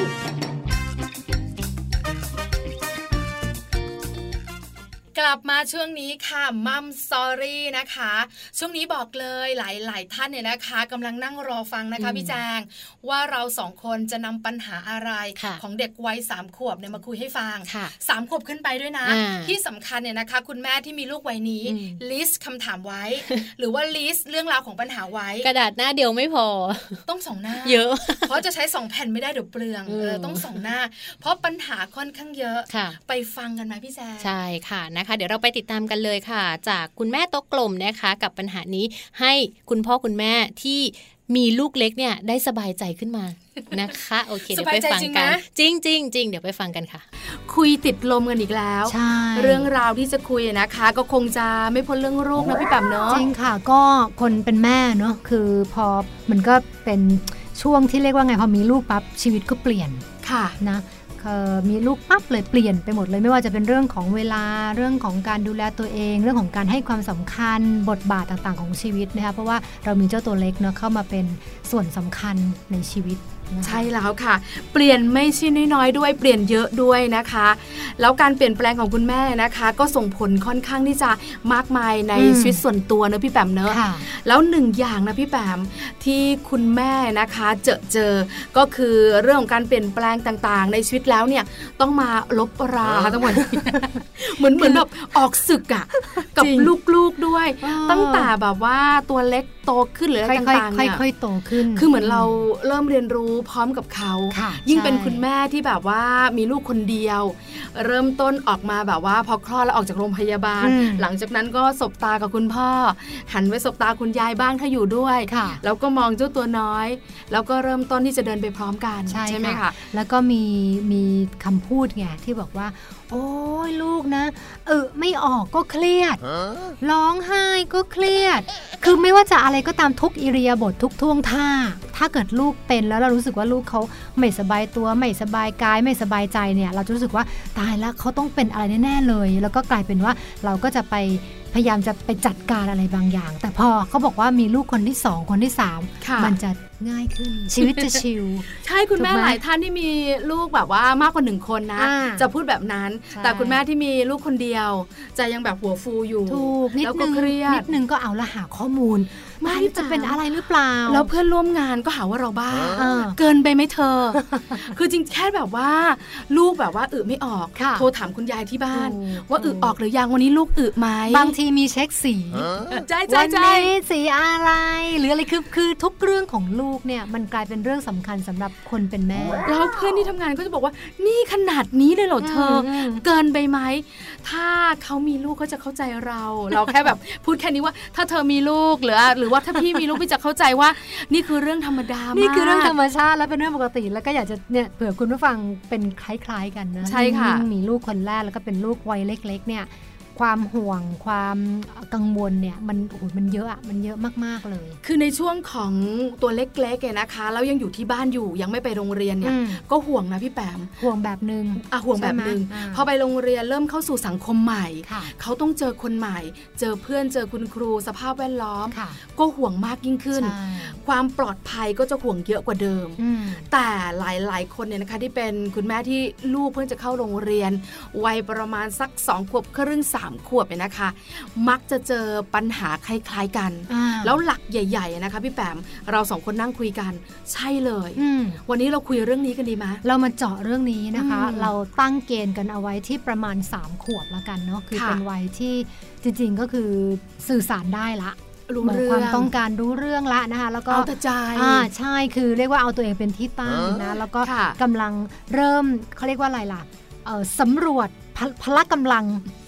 Speaker 3: กลับมาช่วงนี้ค่ะมัมสอรี่นะคะ ช่วงนี้บอกเลยหลาย ๆ ท่านเนี่ยนะคะกำลังนั่งรอฟังนะคะ
Speaker 2: อืม
Speaker 3: พี่แจง ว่าเราสองคนจะนำปัญหาอะไร
Speaker 2: ค่ะ
Speaker 3: ของเด็กวัยสามขวบเนี่ยมาคุยให้ฟัง
Speaker 2: ค่ะ
Speaker 3: สามขวบขึ้นไปด้วยนะ
Speaker 2: อ่า
Speaker 3: ที่สำคัญเนี่ยนะคะ คุณแม่ที่มีลูกวัยนี้
Speaker 2: อืม
Speaker 3: ลิสต์คำถามไว้ หรือว่าลิสต์เรื่องราวของปัญหาไว้
Speaker 2: กระดาษหน้าเดียวไม่พอ
Speaker 3: ต้องสองหน้า
Speaker 2: เยอะ
Speaker 3: เพราะจะใช้สองแผ่นไม่ได้เดี๋ยวเปลือง
Speaker 2: อืม
Speaker 3: เออต้องสองหน้า เพราะปัญหาค่อนข้างเยอะ
Speaker 2: ค่ะ
Speaker 3: ไปฟังกันไหมพี่แจง
Speaker 2: ใช่ค่ะนะคะ เดี๋ยวเราไปติดตามกันเลยค่ะ จากคุณแม่โต๊ะกลมนะคะ กับปัญหานี้ให้คุณพ่อคุณแม่ที่มีลูกเล็กเนี่ยได้สบายใจขึ้นมานะคะ โอเคเดี๋ยวไปฟังกัน
Speaker 3: สบายใจจริงนะ
Speaker 2: จริงจริงจริงเดี๋ยวไปฟังกันค่ะ
Speaker 3: คุยติดลมกันอีกแล้ว
Speaker 7: ใช่
Speaker 3: เรื่องราวที่จะคุยนะคะ ก็คงจะไม่พ้นเรื่องลูกนะพี่แปมเนาะ
Speaker 7: จริงค่ะก็คนเป็นแม่เนาะคือพอมันก็เป็นช่วงที่เรียกว่าไงพอมีลูกปั๊บชีวิตก็เปลี่ยน
Speaker 3: ค่ะ
Speaker 7: นะเอ่อมีลูกปั๊บเลยเปลี่ยนไปหมดเลยไม่ว่าจะเป็นเรื่องของเวลาเรื่องของการดูแลตัวเอง เรื่องของการให้ความสำคัญบทบาทต่างๆ ของชีวิตนะคะเพราะว่าเรามีเจ้าตัวเล็กเนาะเข้ามาเป็นส่วนสำคัญในชีวิตนะคะ
Speaker 3: ใช่แล้วค่ะ เปลี่ยนไม่ใช่น้อยๆด้วยเปลี่ยนเยอะด้วยนะคะ แล้วการเปลี่ยนแปลงของคุณแม่นะคะ ก็ส่งผลค่อนข้างที่จะมากมายในชีวิตส่วนตัวเนอะพี่แปมเนอะ
Speaker 7: ค่ะ
Speaker 3: แล้วหนึ่งอย่างนะพี่แปมที่คุณแม่นะคะเจอเจอก็คือเรื่องของการเปลี่ยนแปลงต่างๆ ในชีวิตแล้วเนี่ยต้องมาลบราทั้งหมด เหมือนเหมือนแบบออกศึกอะกับ
Speaker 7: จริง
Speaker 3: ลูกๆด้วย
Speaker 7: เออ
Speaker 3: ตั้งแต่แบบว่าตัวเล็กโตขึ้นหรืออะไร
Speaker 7: ค่อย
Speaker 3: ต่างๆ
Speaker 7: ๆ
Speaker 3: เนี่ย
Speaker 7: ค่อยๆโตขึ้น
Speaker 3: คือเหมือนเราเริ่มเรียนรู้พร้อมกับเขา
Speaker 7: ค่ะ
Speaker 3: ยิ่งเป็น
Speaker 7: ใช่
Speaker 3: คุณแม่ที่แบบว่ามีลูกคนเดียว เริ่มต้นออกมาแบบว่าพอคลอดแล้วออกจากโรงพยาบาล
Speaker 7: อืม
Speaker 3: หลังจากนั้นก็สบตากับคุณพ่อ หันไปสบตาคุณยายบ้างถ้าอยู่ด้วย
Speaker 7: ค่ะ
Speaker 3: แล้วก็มองเจ้าตัวน้อย แล้วก็เริ่มต้นที่จะเดินไปพร้อมกัน
Speaker 7: ใช่
Speaker 3: ไหมคะ
Speaker 7: ค่ะแล้วก็มีมีคำพูดไงที่บอกว่า โอ้ยลูกนะเออไม่ออกก็เครียด ร้องไห้ก็เครียด คือไม่ว่าจะอะไรก็ตามทุกอิริยาบถทุกท่วงท่า ถ้าเกิดลูกเป็นแล้วเรารู้สึกว่าลูกเขาไม่สบายตัวไม่สบายกายไม่สบายใจเนี่ย เราจะรู้สึกว่าตายละเขาต้องเป็นอะไรแน่ๆเลย แล้วก็กลายเป็นว่าเราก็จะไปพยายามจะไปจัดการอะไรบางอย่าง แต่พอเขาบอกว่ามีลูกคนที่สองคนที่สาม
Speaker 3: ค่ะ
Speaker 7: มันจะง่ายขึ้น ชีวิตจะชิล
Speaker 3: ใช่คุณแม่
Speaker 7: ถูกไหม
Speaker 3: หลายท่านที่มีลูกแบบว่ามากกว่าหนึ่งคนนะ
Speaker 7: อ่า
Speaker 3: จะพูดแบบนั้น
Speaker 7: ใช่
Speaker 3: แต่คุณแม่ที่มีลูกคนเดียว จะยังแบบหัวฟูอยู่
Speaker 7: ถูกนิด
Speaker 3: แล้วก็
Speaker 7: นึง
Speaker 3: เครียด
Speaker 7: นิดนึงก็เอาละหาข้อมูล
Speaker 3: ไม่
Speaker 7: มันจะ
Speaker 3: จ้ะ
Speaker 7: เป็นอะไรหรือเปล่า
Speaker 3: แล้วเพื่อนร่วมงานก็หาว่าเราบ้า
Speaker 7: อ่า
Speaker 3: เกินไปไหมเธอ คือจริงแค่แบบว่า ลูกแบบว่าอึไม่ออก
Speaker 7: ค่ะ
Speaker 3: โทรถามคุณยายที่บ้าน
Speaker 7: ถูก
Speaker 3: ว่าอึออกหรือยังวันนี้ลูกอึไหม
Speaker 7: บางทีมีเช็คสี
Speaker 3: ใจใจ
Speaker 7: วัน
Speaker 3: ใจ
Speaker 7: นี้สีอะไร หรืออะไรคือคือทุกเรื่องของลูกเนี่ยมันกลายเป็นเรื่องสำคัญสำหรับคนเป็นแม่
Speaker 3: แล้วเพื่อนที่ทำงานก็จะบอกว่า นี่ขนาดนี้เลยเหรอเธอ
Speaker 7: ม
Speaker 3: เกินไปไหม ถ้าเขามีลูกก็จะเข้าใจเรา เราแค่แบบพูดแค่นี้ว่า ถ้าเธอมีลูกหรือหรือว่าถ้าพี่มีลูกพี่จะเข้าใจว่า นี่คือเรื่องธรรมดามาก
Speaker 7: นี่คือเรื่องธรรมชาติและเป็นเรื่องปกติ แล้วก็อยากจะเนี่ยเผื่อคุณผู้ฟังเป็นคล้าย ๆ กันนะ
Speaker 3: ใช่ค่ะ
Speaker 7: ยิ่งมีลูกคนแรกแล้วก็เป็นลูกวัยเล็ก ๆ เนี่ย ความห่วงความกังวลเนี่ยมันโอ้โหมันเยอะอะมันเยอะมากๆเลย
Speaker 3: คือในช่วงของตัวเล็กๆเนี่ยนะคะแล้วยังอยู่ที่บ้านอยู่ยังไม่ไปโรงเรียนเนี่ย
Speaker 7: อืม
Speaker 3: ก็ห่วงนะพี่แปม
Speaker 7: ห่วงแบบหนึง
Speaker 3: อะห่วงแบบหนึง
Speaker 7: ใช่ไหมอ่า
Speaker 3: พอไปโรงเรียนเริ่มเข้าสู่สังคมใหม่
Speaker 7: ค่ะ
Speaker 3: เขาต้องเจอคนใหม่ เจอเพื่อนเจอคุณครูสภาพแวดล้อม
Speaker 7: ค่ะ
Speaker 3: ก็ห่วงมากยิ่งขึ้น
Speaker 7: ใช่
Speaker 3: ความปลอดภัยก็จะห่วงเยอะกว่าเดิม
Speaker 7: อืม
Speaker 3: แต่หลาย ๆ คนเนี่ยนะคะที่เป็นคุณแม่ที่ลูกเพิ่งจะเข้าโรงเรียน วัยประมาณสักสองขวบครึ่งสามขวบเนี่ยนะคะ มักจะเจอปัญหาคล้ายๆกัน
Speaker 7: อ่า
Speaker 3: แล้วหลักใหญ่ๆนะคะพี่แปมเราสองคนนั่งคุยกัน ใช่เลย
Speaker 7: อืม
Speaker 3: วันนี้เราคุยเรื่องนี้กันดีไหม
Speaker 7: เรามาเจาะเรื่องนี้นะคะ
Speaker 3: อืม
Speaker 7: เราตั้งเกณฑ์กันเอาไว้ที่ประมาณ 3 ขวบละกันเนาะคือ
Speaker 3: ค่ะ
Speaker 7: เป็นวัยที่จริงๆก็คือสื่อสารได้ละ
Speaker 3: รู้
Speaker 7: บอก
Speaker 3: เรื่อง
Speaker 7: ความต้องการรู้เรื่องละนะคะ แล้วก็
Speaker 3: เอาแต่ใจ
Speaker 7: อ่าใช่คือเรียกว่าเอาตัวเองเป็นที่ตั้งนะแล้วก็
Speaker 3: ค่ะ
Speaker 7: กำลังเริ่มเขาเรียกว่าอะไรล่ะเอ่อสำรวจพพละกำลัง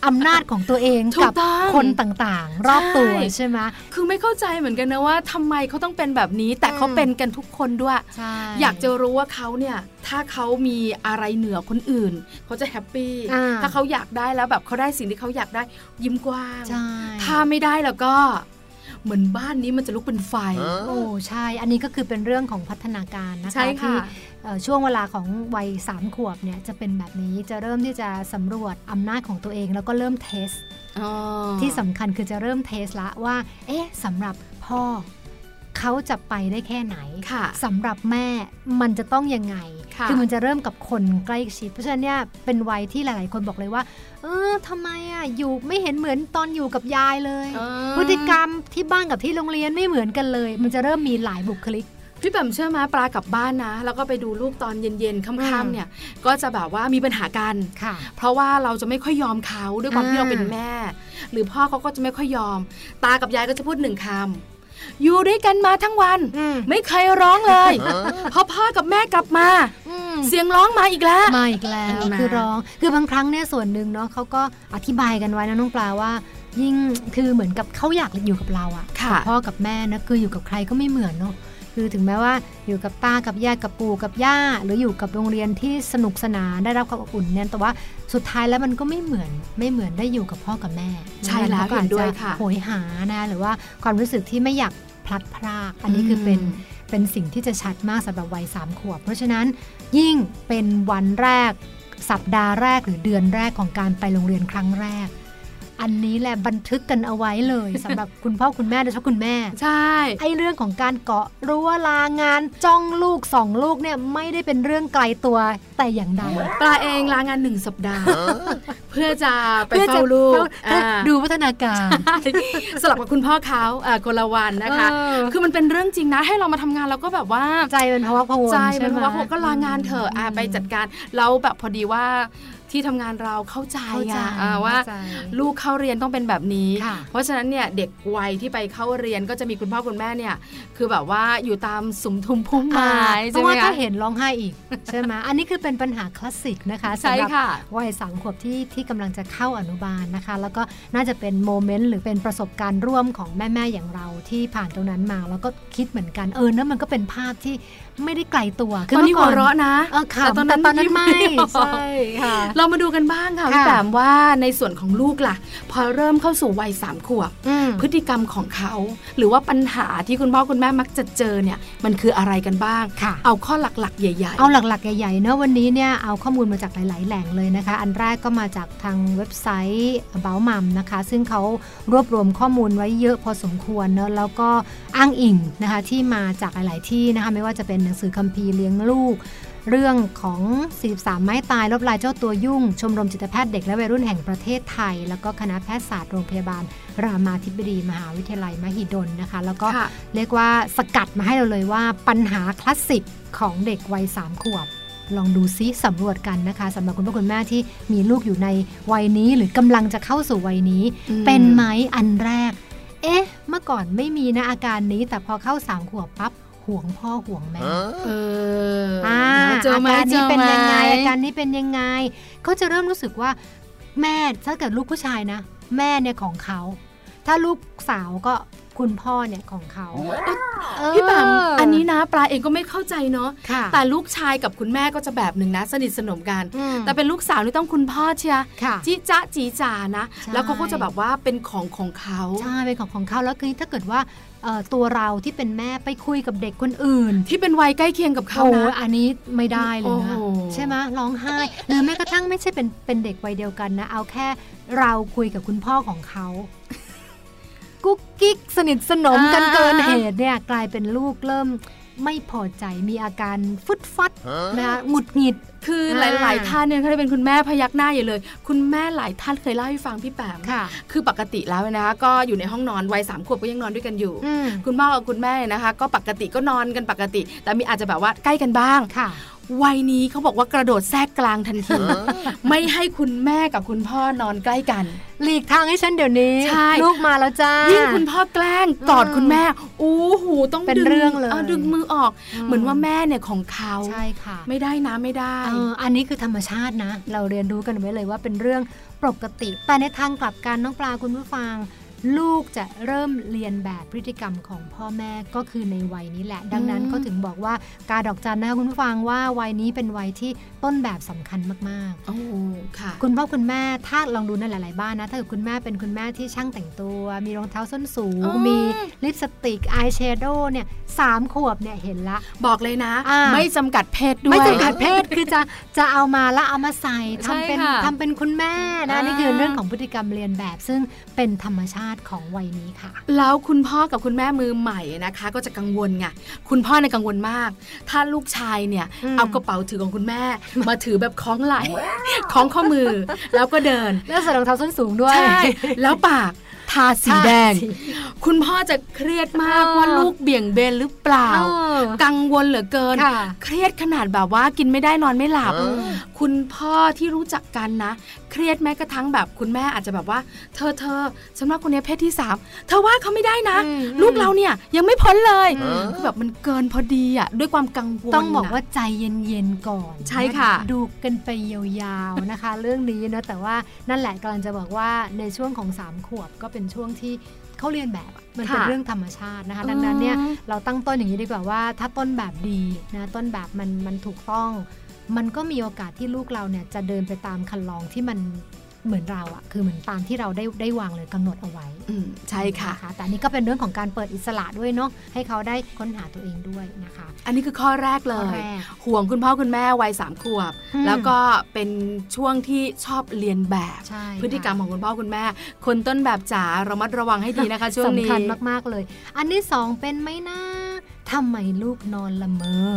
Speaker 7: อำนาจของตัวเอง
Speaker 3: ถูก
Speaker 7: กั
Speaker 3: ต้อง
Speaker 7: คนต่างๆ รอบตัว
Speaker 3: ใช่
Speaker 7: ใช่ไหม
Speaker 3: คือไม่เข้าใจเหมือนกันนะว่าทำไมเขาต้องเป็นแบบนี้ แต่เขาเป็นกันทุกคนด้วย
Speaker 7: ใช่
Speaker 3: อยากจะรู้ว่าเขาเนี่ย ถ้าเขามีอะไรเหนือคนอื่น เขาจะแฮปปี้
Speaker 7: อ่
Speaker 3: ถ้าเขาอยากได้แล้วแบบเขาได้สิ่งที่เขาอยากได้ยิ้มกว้าง
Speaker 7: ใช่
Speaker 3: ถ้าไม่ได้แล้วก็ เหมือนบ้านนี้มันจะลุกเป็นไฟ
Speaker 7: โอ้ใช่ อันนี้ก็คือเป็นเรื่องของพัฒนาการนะคะ
Speaker 3: ใช่
Speaker 7: ที่
Speaker 3: ค่ะ
Speaker 7: เอ่อช่วงเวลาของวัยสามขวบเนี่ยจะเป็นแบบนี้จะเริ่มที่จะสำรวจอำนาจของตัวเอง แล้วก็เริ่มเทส
Speaker 3: อ๋อ
Speaker 7: ที่สำคัญคือจะเริ่มเทสละว่า เอ๊ะสำหรับพ่อ เขาจะไปได้แค่ไหน
Speaker 3: ค่ะ
Speaker 7: สำหรับแม่มันจะต้องยังไง
Speaker 3: ค่ะ
Speaker 7: อมันจะเริ่มกับคนใกล้ชิด เพราะฉะนั้นเนี่ยเป็นวัยที่หลาย ๆ คนบอกเลยว่า เออทำไมอ่ะอยู่ไม่เห็นเหมือนตอนอยู่กับยายเลย
Speaker 3: เออ
Speaker 7: พฤติกรรมที่บ้านกับที่โรงเรียนไม่เหมือนกันเลย มันจะเริ่มมีหลายบุคลิก
Speaker 3: พี่แปมเชื่อไหมาปลากลับบ้านนะ แล้วก็ไปดูลูกตอนเย็นๆค
Speaker 7: อื่
Speaker 3: ำ
Speaker 7: ม
Speaker 3: ๆเนี่ย ก็จะแบบว่ามีปัญหากัน
Speaker 7: ค่ะ
Speaker 3: เพราะว่าเราจะไม่ค่อยยอมเขาด้วยความ
Speaker 7: อ่า
Speaker 3: ที่เราเป็นแม่ หรือพ่อเขาก็จะไม่ค่อยยอม ตากับยายก็จะพูดหนึ่งคำอยู่ด้วยกันมาทั้งวัน
Speaker 7: อืม
Speaker 3: ไม่เคยร้องเลยพอพ่อกับแม่กลับมา
Speaker 7: อืม
Speaker 3: เสียงร้องมาอีกแล้ว
Speaker 7: มาอีกแล้ว
Speaker 3: อันนั้น
Speaker 7: คือร้อง คือบางครั้งเนี่ยส่วนหนึ่งเนาะเขาก็อธิบายกันไว้นะน้องปลาว่า ยิ่งคือเหมือนกับเขาอยากอยู่กับเราอะ
Speaker 3: ค่ะ
Speaker 7: พ่อกับแม่นะคืออยู่กับใครก็ไม่เหมือนเนาะคือถึงแม้ว่าอยู่กับตากับยายกับปู่กับย่า หรืออยู่กับโรงเรียนที่สนุกสนานได้รับความอบอุ่นเนี่ยแต่ว่าสุดท้ายแล้วมันก็ไม่เหมือนไม่เหมือนได้อยู่กับพ่อกับแม่
Speaker 3: ใช่แล้ว
Speaker 7: มัก็อาจ
Speaker 3: เห็นด้วย
Speaker 7: จ
Speaker 3: ค่ะ
Speaker 7: โหยหานะหรือว่าความรู้สึกที่ไม่อยากพลัดพราก อันนี้คือเป็น
Speaker 3: อืม
Speaker 7: เป็นสิ่งที่จะชัดมากสำหรับวัยสามขวบ เพราะฉะนั้นยิ่งเป็นวันแรก สัปดาห์แรกหรือเดือนแรกของการไปโรงเรียนครั้งแรก อันนี้แหละบันทึกกันเอาไว้เลย สำหรับคุณพ่อคุณแม่โดยเฉพาะคุณแม่
Speaker 3: ใช่
Speaker 7: ไอ้เรื่องของการเกาะรั้วลางานจ้องลูกสองลูกเนี่ยไม่ได้เป็นเรื่องไกลตัวแต่อย่างใด
Speaker 3: ปลาเองลางานหนึ่งสัปดาห์ เพื่อจะไป
Speaker 7: พื่อจะ
Speaker 3: เฝ้าลูก
Speaker 7: เฝ้า
Speaker 3: อ่า
Speaker 7: ดูพัฒนาการ
Speaker 3: ใช่สลับกับคุณพ่อเขาอ่าคนละวันนะคะ
Speaker 7: เออ
Speaker 3: คือมันเป็นเรื่องจริงนะ ให้เรามาทำงานเราก็แบบว่า
Speaker 7: ใจเป็นภาวะพะวง
Speaker 3: ใจ
Speaker 7: ใช่
Speaker 3: มัน
Speaker 7: ไห
Speaker 3: บ
Speaker 7: ม
Speaker 3: อกว่าผมก็ลางานเถอะอ่ะไปจัดการแล้วแบบพอดีว่าที่ทำงานเราเข้าใจ
Speaker 7: เข้าใจ
Speaker 3: อ่ะอ่ะว่า
Speaker 7: เข้าใจ
Speaker 3: ลูกเข้าเรียนต้องเป็นแบบนี้
Speaker 7: ค่ะ
Speaker 3: เพราะฉะนั้นเนี่ยเด็กวัยที่ไปเข้าเรียนก็จะมีคุณพ่อคุณแม่เนี่ย คือแบบว่าอยู่ตามสุมทุมพุ่มไม้
Speaker 7: อ่าเพ
Speaker 3: ใช่
Speaker 7: ราะ
Speaker 3: ไหม
Speaker 7: ว่าถ้า
Speaker 3: คะ
Speaker 7: เห็นร้องไห้อีกใช่ไหมอันนี้คือเป็นปัญหาคลาสสิกนะคะ
Speaker 3: ใช่
Speaker 7: สำหรับ
Speaker 3: ค่ะ
Speaker 7: วัยสามขวบที่ที่กำลังจะเข้าอนุบาลนะคะ แล้วก็น่าจะเป็นโมเมนต์หรือเป็นประสบการณ์ร่วมของแม่ ๆ อย่างเราที่ผ่านตรงนั้นมา แล้วก็คิดเหมือนกันเออนั่นมันก็เป็นภาพที่ไม่ได้ไกลตัว
Speaker 3: ตอนนี้หัว
Speaker 7: มื่ก่
Speaker 3: เราะนะ
Speaker 7: เออค่ะ
Speaker 3: แต่ตอนนั้น
Speaker 7: ตอนนั้น
Speaker 3: ยิ้
Speaker 7: ไม่ใช่ค่ะ
Speaker 3: เรามาดูกันบ้างค่ะ
Speaker 7: ค่ะ
Speaker 3: พี่แปมว่าในส่วนของลูกล่ะ พอเริ่มเข้าสู่วัยสามขวบ
Speaker 7: อืม
Speaker 3: พฤติกรรมของเขา หรือว่าปัญหาที่คุณพ่อคุณแม่มักจะเจอเนี่ย มันคืออะไรกันบ้าง
Speaker 7: ค่ะ
Speaker 3: เอาข้อหลักๆ ใหญ่
Speaker 7: เอาหลักๆ ใหญ่ๆเนอะวันนี้เนี่ยเอาข้อมูลมาจากหลาย ๆ แหล่งเลยนะคะ อันแรกก็มาจากทางเว็บไซต์ About Mom นะคะ ซึ่งเขารวบรวมข้อมูลไว้เยอะพอสมควรเนอะแล้วก็อ้างอิงนะคะที่มาจากหลาย ๆ ที่นะคะ ไม่ว่าจะเป็นหนังสือคัมภีร์เลี้ยงลูก เรื่องของ 43 ไม้ตายลบลายเจ้าตัวยุ่ง ชมรมจิตแพทย์เด็กและวัยรุ่นแห่งประเทศไทย แล้วก็คณะแพทยศาสตร์โรงพยาบาล รามาธิบดีมหาวิทยาลัยมหิดลนะคะ แล้วก็
Speaker 3: ค่ะ
Speaker 7: เรียกว่าสกัดมาให้เราเลยว่าปัญหาคลาสสิกของเด็กวัย3ขวบ ลองดูซิสำรวจกันนะคะสำหรับคุณพ่อคุณแม่ที่มีลูกอยู่ในวัยนี้หรือกำลังจะเข้าสู่วัยนี้
Speaker 3: อืม
Speaker 7: เป็นไหมอันแรก เอ๊ะ เมื่อก่อนไม่มีนะอาการนี้ แต่พอเข้าสามขวบปั๊บห่วงพ่อห่วงแม่
Speaker 3: ๆ เออ
Speaker 7: อ่า
Speaker 3: เจอไหม
Speaker 7: อาการ
Speaker 3: เจ
Speaker 7: นี้
Speaker 3: อ
Speaker 7: เป็น
Speaker 3: ไหม
Speaker 7: ยังไงอาการนี้เป็นยังไงเขาจะเริ่มรู้สึกว่า แม่ถ้าเกิดลูกผู้ชายนะ แม่เนี่ยของเขา ถ้าลูกสาวก็คุณพ่อเนี่ยของเขาเออ
Speaker 3: พี่แปมอันนี้นะ ปลาเองก็ไม่เข้าใจเนาะ
Speaker 7: ค่ะ
Speaker 3: แต่ลูกชายกับคุณแม่ก็จะแบบหนึ่งนะ สนิทสนมกัน
Speaker 7: อืม
Speaker 3: แต่เป็นลูกสาวนี่ต้องคุณพ่อเชียร์
Speaker 7: ค่ะ
Speaker 3: จิจ๊ะจีจ๋านะ
Speaker 7: ใช่
Speaker 3: แล้วเขาก็จะแบบว่าเป็นของของเขา
Speaker 7: ใช่เป็นของของเขาแล้วคือถ้าเกิดว่าเอ่อตัวเราที่เป็นแม่ไปคุยกับเด็กคนอื่น
Speaker 3: ที่เป็นวัยใกล้เคียงกับเขา
Speaker 7: โอ้
Speaker 3: นะ
Speaker 7: อันนี้ไม่ได้เลยนะ
Speaker 3: โอ้
Speaker 7: ใช่ไหมะร้องไห้ หรือแม้กระทั่งไม่ใช่เป็นเป็นเด็กวัยเดียวกันนะ เอาแค่เราคุยกับคุณพ่อของเขา กุ๊กกิ๊กสนิทสนมกันเกินเหตุเนี่ย กลายเป็นลูกเริ่มไม่พอใจมีอาการฟึดฟัดนะคะหงุดหงิด
Speaker 3: คือหลาย
Speaker 7: อ่า
Speaker 3: ๆ ท่านเนี่ยเขาจะเป็นคุณแม่พยักหน้าอยู่เลย คุณแม่หลายท่านเคยเล่าให้ฟังพี่แปม
Speaker 7: ค่ะ
Speaker 3: คือปกติแล้วนะคะก็อยู่ในห้องนอนวัยสามขวบก็ยังนอนด้วยกันอยู่
Speaker 7: อืม
Speaker 3: คุณพ่อกับคุณแม่นะคะ ก็ปกติก็นอนกันปกติ แต่มีอาจจะแบบว่าใกล้กันบ้าง
Speaker 7: ค่ะ
Speaker 3: วัยนี้เขาบอกว่ากระโดดแทรกกลางทันที ไม่ให้คุณแม่กับคุณพ่อนอนใกล้กัน
Speaker 7: หลีกทางให้ฉันเดี๋ยวนี้
Speaker 3: ใช่
Speaker 7: ลูกมาแล้วจ้า
Speaker 3: ยิ่งคุณพ่อแกล้งกอด
Speaker 7: อืม
Speaker 3: คุณแม่อู้หูต้อง
Speaker 7: เป็น
Speaker 3: ดึ
Speaker 7: เรื่องเลย
Speaker 3: ดึงมือออก
Speaker 7: อืม
Speaker 3: เหมือนว่าแม่เนี่ยของเขา
Speaker 7: ใช่ค่ะ
Speaker 3: ไม่ได้นะไม่ได้
Speaker 7: เอ่ออันนี้คือธรรมชาตินะ เราเรียนรู้กันไว้เลยว่าเป็นเรื่องปกติ แต่ในทางกลับกันน้องปลาคุณผู้ฟัง ลูกจะเริ่มเรียนแบบพฤติกรรมของพ่อแม่ก็คือในวัยนี้แหละ ดังนั้น
Speaker 3: อืม
Speaker 7: เขาถึงบอกว่ากาดอกจันนะคะคุณผู้ฟังว่าวัยนี้เป็นวัยที่ต้นแบบสำคัญมาก
Speaker 3: โอ้ค่ะ
Speaker 7: ๆ คุณพ่อคุณแม่ถ้าลองดูในหลาย ๆ บ้านนะ ถ้าเกิดคุณแม่เป็นคุณแม่ที่ช่างแต่งตัว มีรองเท้าส้นสูง
Speaker 3: อ๋อ
Speaker 7: มีลิปสติกอายแชโดว์เนี่ยสามขวบเนี่ยเห็นละ
Speaker 3: บอกเลยนะ
Speaker 7: อ่า
Speaker 3: ไม่จำกัดเพศด้วย
Speaker 7: ไม่จำกัดเพศคือจะจะเอามาแล้วเอามาใส่
Speaker 3: ใช่
Speaker 7: ทำเป็น
Speaker 3: ค่ะ
Speaker 7: ทำเป็นคุณแม่นะ
Speaker 3: อ่านี่
Speaker 7: นี่คือเรื่องของพฤติกรรมเรียนแบบ ซึ่งเป็นธรรมชา ารถของวัยนี้ค่ะ
Speaker 3: แล้วคุณพ่อกับคุณแม่มือใหม่นะคะ ก็จะกังวลไงคุณพ่อในยกังวลมาก ถ้าลูกชายเนี่ย
Speaker 7: อืม
Speaker 3: เอากระเป๋าถือของคุณแม่ มาถือแบบคล้องไหล่คล้องข้อมือ แล้วก็เดิน
Speaker 7: แล้วใส่รองเท้าส้นสูงด้วย
Speaker 3: ใช่แล้วปากทาสีแดง คุณพ่อจะเครียดมาก
Speaker 7: เออ
Speaker 3: ว่าลูกเบี่ยงเบนหรือเปล่า
Speaker 7: เออ
Speaker 3: กังวลเหลือเกิน
Speaker 7: ค่ะ
Speaker 3: เครียดขนาดแบบว่ากินไม่ได้นอนไม่หลับ
Speaker 7: เออ
Speaker 3: คุณพ่อที่รู้จักกันนะ เครียดแม้กระทั่งแบบคุณแม่อาจจะแบบว่า เธอเธอฉันว่าคนนี้เพศที่สามเธอว่าเขาไม่ได้นะ
Speaker 7: อืม
Speaker 3: ลูกเราเนี่ยยังไม่พ้นเลยคือแบบมันเกินพอดีอ่ะด้วยความกังวล
Speaker 7: ต้องบอก
Speaker 3: ะ
Speaker 7: ว่าใจเย็นๆก่อน
Speaker 3: ใช่ค่ะ
Speaker 7: นดูกันไปยาวๆนะคะ เรื่องนี้เนอะแต่ว่านั่นแหละกำลังจะบอกว่าในช่วงของสามขวบก็เป็นช่วงที่เขาเรียนแบบอะมันเป็น
Speaker 3: ค่ะ
Speaker 7: เรื่องธรรมชาตินะคะ
Speaker 3: อืม
Speaker 7: ดังนั้นเนี่ยเราตั้งต้นอย่างนี้ดีกว่าว่า ถ้าต้นแบบดีนะต้นแบบมันมันถูกต้อง มันก็มีโอกาสที่ลูกเราเนี่ยจะเดินไปตามคันลองที่มันเหมือนเราอะคือเหมือนตามที่เราได้ได้วางเลยกำหนดเอาไว้
Speaker 3: อืมใช่ค่ะ
Speaker 7: นแต่อันนี้ก็เป็นเรื่องของการเปิดอิสระด้วยเนาะให้เขาได้ค้นหาตัวเองด้วยนะคะ
Speaker 3: อันนี้คือข้อแรกเล
Speaker 7: ข้อย แรก
Speaker 3: ห่วงคุณพ่อคุณแม่วัยสามขวบ
Speaker 7: อืม
Speaker 3: แล้วก็เป็นช่วงที่ชอบเรียนแบบ
Speaker 7: ใช่
Speaker 3: พฤติกรรม
Speaker 7: ค่ะ
Speaker 3: ของคุณพ่อคุณแม่ คนต้นแบบจ๋าระมัดระวังให้ดีนะคะ ช่วงนี้
Speaker 7: สำคัญมาก ๆ เลย อันที่สองเป็นไหมนะทำไมลูกนอนละเมอ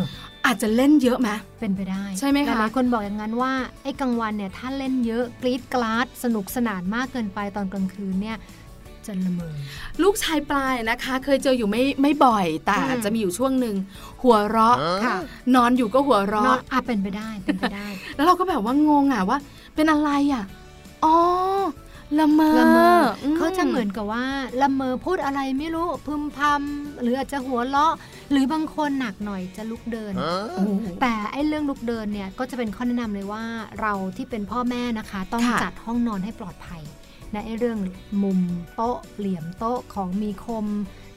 Speaker 3: อาจจะเล่นเยอะไหม
Speaker 7: เป็นไปได้
Speaker 3: ใช่ไหมคะ
Speaker 7: หลายๆคนบอกอย่างนั้นว่า ไอ้กลางวันเนี่ยถ้าเล่นเยอะกรีดกราด สนุกสนานมากเกินไปตอนกลางคืนเนี่ยจะละเมอ
Speaker 3: ลูกชายปลายนะคะ เคยเจออยู่ไม่ไม่บ่อยแต่
Speaker 7: อืม
Speaker 3: จะมีอยู่ช่วงหนึ่งหัวเราะ
Speaker 7: ค่ะ
Speaker 3: นอนอยู่ก็หัว
Speaker 7: นอ
Speaker 3: เราะ
Speaker 7: นอ่ะเป็นไปได้เป็นไปได้
Speaker 3: แล้วเราก็แบบว่างงอ่ะว่า เป็นอะไรอ่ะอ๋อละ เมอ
Speaker 7: ละเมอ
Speaker 3: ม
Speaker 7: เขาจะเหมือนกับว่าละเมอพูดอะไรไม่รู้พึมพำหรืออาจจะหัวเราะ หรือบางคนหนักหน่อยจะลุกเดิน แต่ไอ้เรื่องลุกเดินเนี่ยก็จะเป็นข้อแนะนำเลยว่าเราที่เป็นพ่อแม่นะคะ ต้อง
Speaker 3: ค่ะ
Speaker 7: จัดห้องนอนให้ปลอดภัยนะไอ้เรื่องมุมโต๊ะเหลี่ยมโต๊ะของมีคม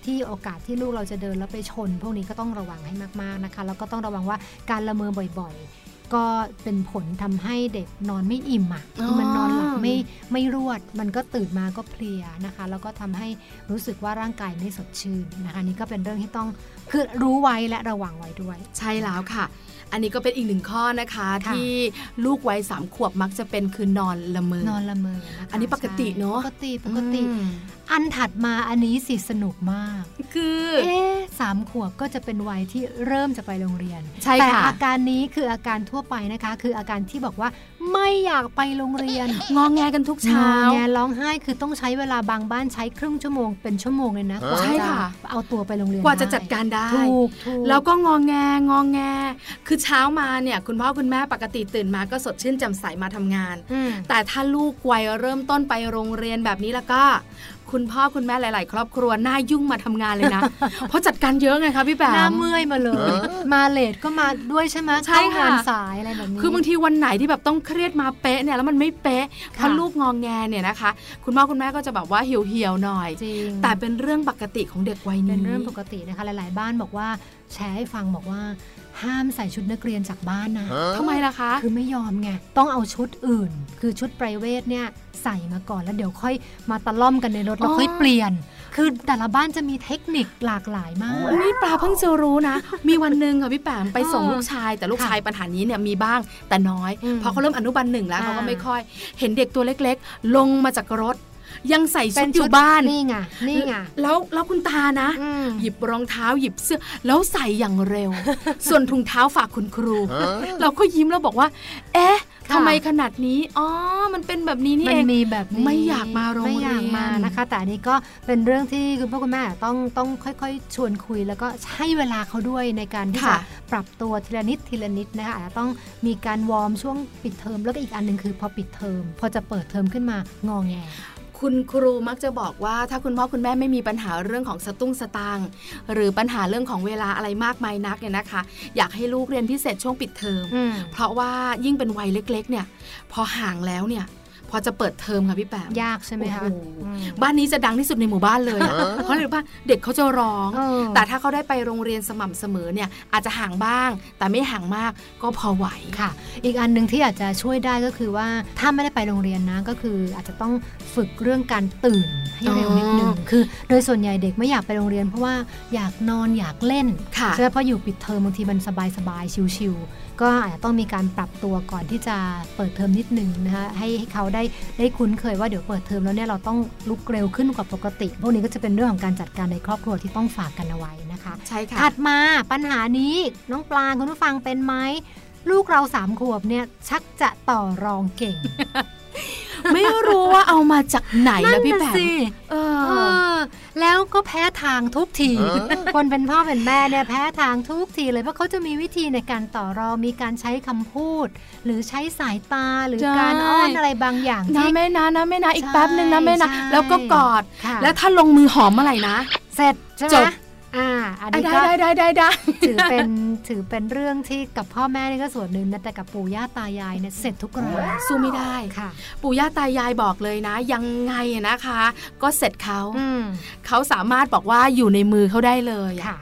Speaker 7: ที่โอกาสที่ลูกเราจะเดินแล้วไปชน พวกนี้ก็ต้องระวังให้มากๆนะคะ แล้วก็ต้องระวังว่าการละเมอบ่อยๆ ก็เป็นผลทำให้เด็กนอนไม่อิ่มอ่ะคือมันนอนหลับไม่ไม่รวด มันก็ตื่นมาก็เพลียนะคะ แล้วก็ทำให้รู้สึกว่าร่างกายไม่สดชื่นนะคะนี่ก็เป็นเรื่องที่ต้องคือรู้ไว้และระวังไว้ด้วย
Speaker 3: ใช่แล้วค่ะ อันนี้ก็เป็นอีกหนึ่งข้อนะคะ
Speaker 7: ค่ะ
Speaker 3: ที่ลูกวัยสามขวบมักจะเป็นคือนอนละเมอ
Speaker 7: นอนละเมอนะคะ
Speaker 3: อันนี้ปกติเนอะ
Speaker 7: ใช่ปกติปกติ
Speaker 3: อืม
Speaker 7: อันถัดมาอันนี้สิสนุกมาก
Speaker 3: คือ
Speaker 7: เอ๊ะสามขวบก็จะเป็นวัยที่เริ่มจะไปโรงเรียน
Speaker 3: ใช่
Speaker 7: แต่
Speaker 3: ค่ะ
Speaker 7: อาการนี้คืออาการทั่วไปนะคะ คืออาการที่บอกว่าไม่อยากไปโรงเรียน
Speaker 3: งอแงกันทุกเช้า
Speaker 7: งอแงร้องไห้คือต้องใช้เวลาบางบ้านใช้ครึ่งชั่วโมงเป็นชั่วโมงเลยนะกว่า
Speaker 3: ใช่
Speaker 7: จะ
Speaker 3: ค่ะ
Speaker 7: เอาตัวไปโรงเรียน
Speaker 3: กว่าจะ
Speaker 7: ไ
Speaker 3: จัดการได้
Speaker 7: ถูกถูก
Speaker 3: แล้วก็งองแงงองแง คือเช้ามาเนี่ยคุณพ่อคุณแม่ปกติตื่นมาก็สดชื่นแจ่มใสมาทำงาน
Speaker 7: อืม
Speaker 3: แต่ถ้าลูกวัยเริ่มต้นไปโรงเรียนแบบนี้แล้วก็ คุณพ่อคุณแม่หลาย ๆ ครอบครัวหน้ายุ่งมาทำงาน เลยนะ เพราะจัดการเยอะไงคะพี่แป
Speaker 7: หน้าม เมื่อยมาเลย มาเลทก็มาด้วยใช่ไหม
Speaker 3: ใช่
Speaker 7: เข้างาน
Speaker 3: ค่ะ
Speaker 7: สายอะไรแบบนี้
Speaker 3: คือบางทีวันไหนที่แบบต้องเครียดมาเป๊ะเนี่ยแล้วมันไม่เป๊ะเพ
Speaker 7: ค่ะ
Speaker 3: ราะลูกงองแงเนี่ยนะคะ คุณพ่อคุณแม่ก็จะแบบว่าเหี่ยวเหี่ยวๆหน่อย
Speaker 7: จริง
Speaker 3: แต่เป็นเรื่องปกติของเด็กวัยนี้
Speaker 7: เป็นเรื่องปกตินะคะ หลาย ๆ บ้านบอกว่าแชร์ให้ฟังบอกว่า ห้ามใส่ชุดนักเรียนจากบ้านนะ
Speaker 3: ทำไมล่ะคะ
Speaker 7: คือไม่ยอมไง ต้องเอาชุดอื่น คือชุดไพรเวทเนี่ยใส่มาก่อนแล้วเดี๋ยวค่อยมาตะล่อมกันในรถแล้วค่อยเปลี่ยน คือแต่ละบ้านจะมีเทคนิคหลากหลายมาก
Speaker 3: นี่ปลาเพิ่งจะรู้นะ มีวันหนึ่งค่ะพี่แปมไปส่ง
Speaker 7: เออ
Speaker 3: ลูกชาย แต่ลูก
Speaker 7: ค่ะ
Speaker 3: ชายปัญหานี้เนี่ยมีบ้างแต่น้อย
Speaker 7: อืม
Speaker 3: พอเขาเริ่มอนุบาลหนึ่งแล้ว
Speaker 7: อ่า
Speaker 3: เขาก็ไม่ค่อย เห็นเด็กตัวเล็กๆ ลงมาจากรถ ยังใส่ชุดอยู่บ้าน
Speaker 7: นี่ไงนี่ไง
Speaker 3: แล้วแล้วคุณตานะ
Speaker 7: อืม
Speaker 3: หยิบรองเท้าหยิบเสื้อ แล้วใส่อย่างเร็ว ส่วนถุงเท้าฝากคุณครู เราก็ยิ้มแล้วบอกว่า เอ๊ะ
Speaker 7: ค่ะ
Speaker 3: ทำไมขนาดนี้อ๋อมันเป็นแบบนี้นี่
Speaker 7: มั
Speaker 3: เอนง
Speaker 7: มีแบบนี้
Speaker 3: ไม่อยากมาโรงเรียน
Speaker 7: ไม่อยากมานะคะ แต่อันนี้ก็เป็นเรื่องที่คุณพ่อคุณแม่ต้องต้องค่อยๆ ชวนคุย แล้วก็ให้เวลาเขาด้วยในการที่จะปรับตัวทีละนิดทีละนิดนะคะอาจจะต้องมีการวอร์มช่วงปิดเทอมแล้วก็อีกอันหนึ่งคือพอปิดเทอม พอจะเปิดเทอมขึ้นมางองแง
Speaker 3: คุณครูมักจะบอกว่าถ้าคุณพ่อคุณแม่ไม่มีปัญหาเรื่องของสตุ้งสตางค์หรือปัญหาเรื่องของเวลาอะไรมากมายนักเนี่ยนะคะ อยากให้ลูกเรียนพิเศษช่วงปิดเทอม เพราะว่ายิ่งเป็นวัยเล็ก ๆ เนี่ย พอห่างแล้วเนี่ย พอจะเปิดเทอมค่ะพี่แปม
Speaker 7: ยากใช่ไหมคะ
Speaker 3: โอ้โห
Speaker 7: อืม
Speaker 3: บ้านนี้จะดังที่สุดในหมู่บ้านเลยอะเพราะอะไรรู้ป่ะเด็กเขาจะร้อง
Speaker 7: เออ
Speaker 3: แต่ถ้าเขาได้ไปโรงเรียนสม่ำเสมอเนี่ยอาจจะห่างบ้าง แต่ไม่ห่างมากก็พอไหว
Speaker 7: ค่ะ อีกอันหนึ่งที่อาจจะช่วยได้ก็คือว่าถ้าไม่ได้ไปโรงเรียนนะก็คืออาจจะต้องฝึกเรื่องการตื่นให้เร็วนิดนึง
Speaker 3: อ๋อ
Speaker 7: คือ โดยส่วนใหญ่เด็กไม่อยากไปโรงเรียน เพราะว่าอยากนอนอยากเล่น
Speaker 3: ค่ะ
Speaker 7: ใช่ไหมเพราะอยู่ปิดเทอมบางทีมันสบายสบายๆชิวๆก็อาจจะต้องมีการปรับตัวก่อนที่จะเปิดเทอมนิดนึงนะคะให้ให้เขาได้ ได้คุ้นเคยว่าเดี๋ยวเปิดเทอมแล้วเนี่ยเราต้องลุกเร็วขึ้นกว่าปกติ พวกนี้ก็จะเป็นเรื่องของการจัดการในครอบครัวที่ต้องฝากกันเอาไว้นะคะ
Speaker 3: ใช่ค่ะ
Speaker 7: ถัดมาปัญหานี้น้องปลางคุณผู้ฟังเป็นไหมลูกเราสามขวบเนี่ยชักจะต่อรองเก่ง
Speaker 3: ไม่รู้ว่าเอามาจากไหนนะพี่แป
Speaker 7: ะ
Speaker 3: ม
Speaker 7: สิ
Speaker 3: เอ
Speaker 7: เอ
Speaker 3: อ
Speaker 7: อ แล้วก็แพ้ทางทุกที คนเป็นพ่อเป็นแม่เนี่ยแพ้ทางทุกทีเลยเพราะเขาจะมีวิธีในการต่อรองมีการใช้คำพูด หรือใช้สายตาหรือ
Speaker 3: ใช่
Speaker 7: การอ้อนอะไรบางอย่าง
Speaker 3: นะ
Speaker 7: ที่
Speaker 3: แม่นะนะแม่นะอีก
Speaker 7: ใช่
Speaker 3: แป๊บหนึ่งนะแม่นะ
Speaker 7: ใช่
Speaker 3: แล้วก็กอด
Speaker 7: ค่ะ
Speaker 3: แล้วถ้าลงมือหอมเมื่อไหร่นะ
Speaker 7: เสร็จใช่ไห
Speaker 3: จ
Speaker 7: ม
Speaker 3: บ
Speaker 7: อ่าอัน
Speaker 3: อ่ะ
Speaker 7: นี้
Speaker 3: ได้
Speaker 7: ก็
Speaker 3: ได้ได้ได้ได้
Speaker 7: ถือเป็นถือเป็นเรื่องที่กับพ่อแม่นี่ก็ส่วนหนึ่งนะแต่กับปู่ย่าตายายเนี่ยเสร็จทุกราย
Speaker 3: สู้ไม่ได้
Speaker 7: ค่ะ
Speaker 3: ปู่ย่าตายายบอกเลยนะ ยังไงอะนะคะ ก็เสร็จเขา
Speaker 7: อืม
Speaker 3: เขาสามารถบอกว่าอยู่ในมือเขาได้เลยอะ
Speaker 7: ค่ะ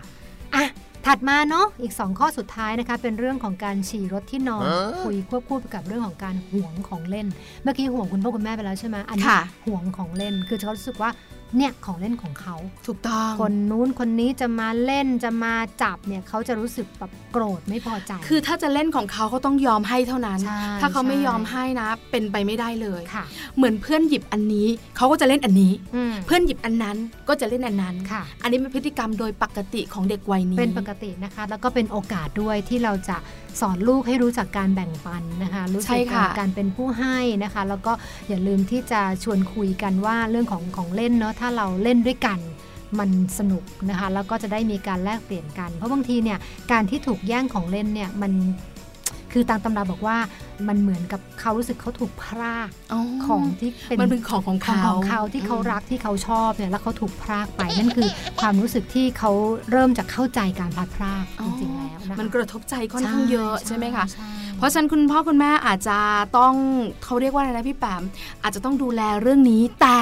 Speaker 7: อ่ะถัดมาเนาะอีก 2 ข้อสุดท้ายนะคะ เป็นเรื่องของการฉี่รถที่นอนคุยควบคู่ไปกับเรื่องของการห่วงของเล่น เมื่อกี้ห่วงคุณพ่อคุณแม่ไปแล้วใช่ไหมอันนี้
Speaker 3: ค่ะ
Speaker 7: ห่วงของเล่นคือเขารู้สึกว่าเนี่ยของเล่นของเขา
Speaker 3: ถูกต้อง
Speaker 7: คนนู้นคนนี้จะมาเล่นจะมาจับเนี่ยเขาจะรู้สึกแบบโกรธไม่พอใจ
Speaker 3: คือถ้าจะเล่นของเขาเขาต้องยอมให้เท่านั้น
Speaker 7: ใช่
Speaker 3: ถ้าเขาไม่ยอม
Speaker 7: ใช่
Speaker 3: ให้นะ เป็นไปไม่ได้เลย
Speaker 7: ค่ะ
Speaker 3: เหมือนเพื่อนหยิบอันนี้เขาก็จะเล่นอันนี้
Speaker 7: อืม
Speaker 3: เพื่อนหยิบอันนั้นก็จะเล่นอันนั้น
Speaker 7: ค่ะ
Speaker 3: อันนี้เป็นพฤติกรรมโดยปกติของเด็กวัยนี้
Speaker 7: เป็นปกตินะคะ แล้วก็เป็นโอกาสด้วยที่เราจะสอนลูกให้รู้จักการแบ่งปันนะคะ รู้
Speaker 3: ใช่
Speaker 7: จัก
Speaker 3: ค่ะ
Speaker 7: การการเป็นผู้ให้นะคะ แล้วก็อย่าลืมที่จะชวนคุยกันว่าเรื่องของของเล่นเนาะถ้าเราเล่นด้วยกันมันสนุกนะคะ แล้วก็จะได้มีการแลกเปลี่ยนกัน เพราะบางทีเนี่ยการที่ถูกแย่งของเล่นเนี่ยมันคือตามตำราบอกว่ามันเหมือนกับเขารู้สึกเขาถูกพรากของที่เป็น
Speaker 3: มันเป็นของของ
Speaker 7: ของ
Speaker 3: เขา
Speaker 7: ของเขาที่เขารักที่เขาชอบเนี่ยแล้วเขาถูกพรากไป นั่นคือความรู้สึกที่เขาเริ่มจากเข้าใจการพลัดพรากจริงๆแล้วนะคะ
Speaker 3: มันกระทบใจค่อนข้างเยอะใช่ไหมคะ
Speaker 7: ใช่
Speaker 3: เพราะฉะนั้นคุณพ่อคุณแม่อาจจะต้องเขาเรียกว่าอะไรนะพี่แปมอาจจะต้องดูแลเรื่องนี้แต่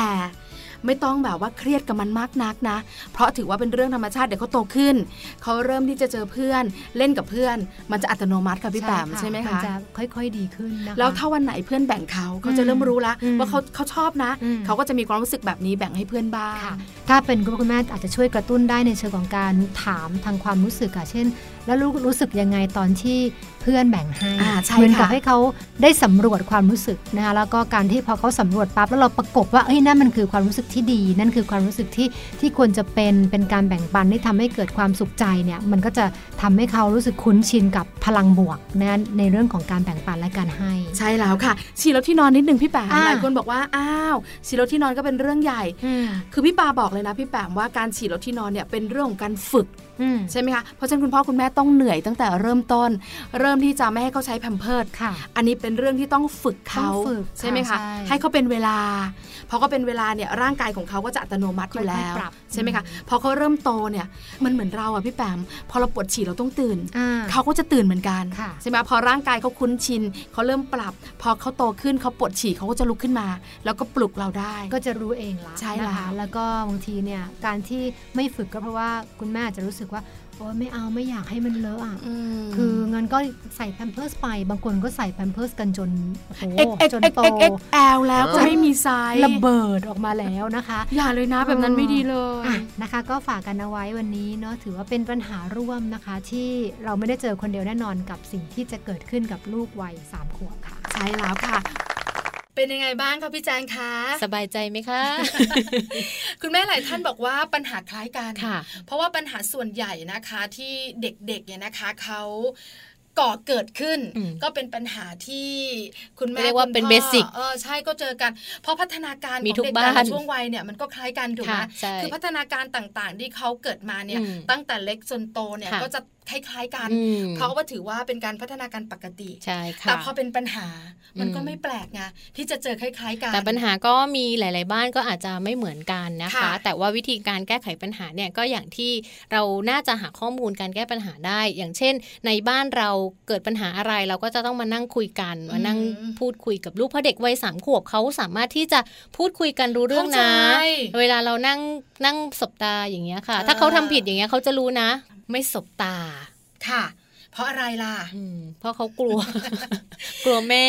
Speaker 3: ไม่ต้องแบบว่าเครียดกับมันมากนักนะ เพราะถือว่าเป็นเรื่องธรรมชาติเดี๋ยวเขาโตขึ้นเขาเริ่มที่จะเจอเพื่อนเล่นกับเพื่อน มันจะอัตโนมัติค่ะพี่แปมใช่ไหม
Speaker 7: มั
Speaker 3: คะ
Speaker 7: นจะค่อยๆดีขึ้นนะคะ
Speaker 3: แล้วถ้าวันไหนเพื่อนแบ่งเขาเขาจะเริ่มรู้ละ
Speaker 7: อืม
Speaker 3: ว่าเขาเขาชอบนะ
Speaker 7: อืม
Speaker 3: เขาก็จะมีความรู้สึกแบบนี้แบ่งให้เพื่อนบ้าง
Speaker 7: ค่ะถ้าเป็นคุณพ่อคุณแม่อาจจะช่วยกระตุ้นได้ในเชิงของการถามทางความรู้สึกอะเช่น แล้วลูกรู้สึกยังไงตอนที่เพื่อนแบ่งให้
Speaker 3: อ่าใช่
Speaker 7: เหมือนกับ
Speaker 3: ค่ะ
Speaker 7: ให้เขาได้สำรวจความรู้สึกนะคะแล้วก็การที่พอเขาสำรวจปั๊บแล้วเราประกบว่าเอ้ยนั่นมันคือความรู้สึกที่ดี นั่นคือความรู้สึกที่ที่ควรจะเป็นเป็นการแบ่งปันที่ทำให้เกิดความสุขใจเนี่ยมันก็จะทำให้เขารู้สึกคุ้นชินกับพลังบวกนะในเรื่องของการแบ่งปันและการให้
Speaker 3: ใช่แล้วค่ะฉีดรถที่นอนนิดนึงพี่แปม
Speaker 7: อ่า
Speaker 3: หลายคนบอกว่าอ้าวฉีดรถที่นอนก็เป็นเรื่องใหญ่
Speaker 7: อืม
Speaker 3: คือพี่ปาบอกเลยนะพี่แปมว่าการฉีดรถที่นอนเนี่ยเป็นเรื่องของการฝึก
Speaker 7: อืม
Speaker 3: ใช่ไหมคะ เพราะฉะนั้นคุณพ่อคุณแม่ต้องเหนื่อยตั้งแต่เริ่มต้น เริ่มที่จะไม่ให้เขาใช้แพมเพิร์ด
Speaker 7: ค่ะ
Speaker 3: อันนี้เป็นเรื่องที่ต้องฝึกเขา
Speaker 7: ต้องฝึก
Speaker 3: ใช่ไหมคะ
Speaker 7: ค่ะใช่
Speaker 3: ให้เขาเป็นเวลาพอเขาเป็นเวลาเนี่ยร่างกายของเขาก็จะอัตโนมัติอยู่แล้ว
Speaker 7: ค่อยๆปรับ
Speaker 3: ใช่ไหมคะพอเขาเริ่มโตเนี่ยมันเหมือนเราอะพี่แปมพอเราปวดฉี่เราต้องตื่น
Speaker 7: อ่า
Speaker 3: เขาก็จะตื่นเหมือนกัน
Speaker 7: ค่ะ
Speaker 3: ใช่ไหมพอร่างกายเขาคุ้นชินเขาเริ่มปรับ พอเขาโตขึ้นเขาปวดฉี่เขาก็จะลุกขึ้นมา แล้วก็ปลุกเราได้
Speaker 7: ก็จะรู้เองละ
Speaker 3: ใช่
Speaker 7: นะ
Speaker 3: แล้ว
Speaker 7: คะแล้วก็บางทีเนี่ยการที่ไม่ฝึกก็เพราะว่าคุณแม่อาจจะรู้สึกว่าโอ้ไม่เอาไม่อยากให้มันเลอะอ่ะ
Speaker 3: ม
Speaker 7: คือเงินก็ใส่แพมเพิร์สไป บางคนก็ใส่แพมเพิร์สกันจนโอ้โห
Speaker 3: เอ็กเอ็ก
Speaker 7: จน
Speaker 3: เอ็ก
Speaker 7: โต
Speaker 3: เอ็กเอ็กแอลแล้วก็ไม่มีไซส์
Speaker 7: ระเบิดออกมาแล้วนะคะ
Speaker 3: อย่าเลยนะ แบบนั้นไม่ดีเลย
Speaker 7: อ่ะนะคะก็ฝากกันเอาไว้วันนี้เนาะถือว่าเป็นปัญหาร่วมนะคะ ที่เราไม่ได้เจอคนเดียวแน่นอนกับสิ่งที่จะเกิดขึ้นกับลูกวัยสามขวบค่ะ
Speaker 3: ใช่แล้วค่ะ เป็นยังไงบ้างคะพี่แจงคะ
Speaker 2: สบายใจไหมคะ
Speaker 3: คุณแม่หลายท่านบอกว่าปัญหาคล้ายกัน
Speaker 2: ค่ะ
Speaker 3: เพราะว่าปัญหาส่วนใหญ่นะคะที่เด็กๆเนี่ยนะคะเขาก่อเกิดขึ้น
Speaker 2: อืม
Speaker 3: ก็เป็นปัญหาที่คุณแม่
Speaker 2: เรียกว่า
Speaker 3: คุณ
Speaker 2: เป็น
Speaker 3: พ่อ
Speaker 2: basic
Speaker 3: เออใช่ก็เจอกันเพราะพัฒนาการ
Speaker 2: มี
Speaker 3: ของ
Speaker 2: ทุก
Speaker 3: เด็ก
Speaker 2: บ้าน
Speaker 3: แต่ละช่วงวัยเนี่ยมันก็คล้ายกันถูกไหม
Speaker 2: ค่ะใช่
Speaker 3: คือพัฒนาการต่างๆ ที่เขาเกิดมาเนี่ย
Speaker 2: อืม
Speaker 3: ตั้งแต่เล็กจนโตเนี่ย
Speaker 2: ค่ะ
Speaker 3: ก็จะคล้ายๆกัน
Speaker 2: อืม
Speaker 3: เพราะว่าถือว่าเป็นการพัฒนาการปกติ
Speaker 2: ใช่ค่ะ
Speaker 3: แต่พอเป็นปัญหามันก็
Speaker 2: อืม
Speaker 3: ไม่แปลกไงที่จะเจอคล้ายๆกัน
Speaker 2: แต่ปัญหาก็มีหลาย ๆ บ้านก็อาจจะไม่เหมือนกันนะคะ
Speaker 3: ค่ะ
Speaker 2: แต่ว่าวิธีการแก้ไขปัญหาเนี่ยก็อย่างที่เราน่าจะหาข้อมูลการแก้ปัญหาได้ อย่างเช่น ในบ้านเราเกิดปัญหาอะไรเราก็จะต้องมานั่งคุยกันมานั่ง
Speaker 3: อืม
Speaker 2: พูดคุยกับลูกเพราะเด็กวัยสามขวบเขาสามารถที่จะพูดคุยกันรู้เรื่องนะ
Speaker 3: เข้าใจ
Speaker 2: เวลาเรานั่งนั่งสบตาอย่างเงี้ยค่ะ
Speaker 3: อ่า
Speaker 2: ถ้าเขาทำผิดอย่างเงี้ยเขาจะรู้นะ ไม่สบตา
Speaker 3: ค่ะ
Speaker 8: เพราะอะไรล่ะ
Speaker 2: อืมเพราะเขากลัว กลัวแม่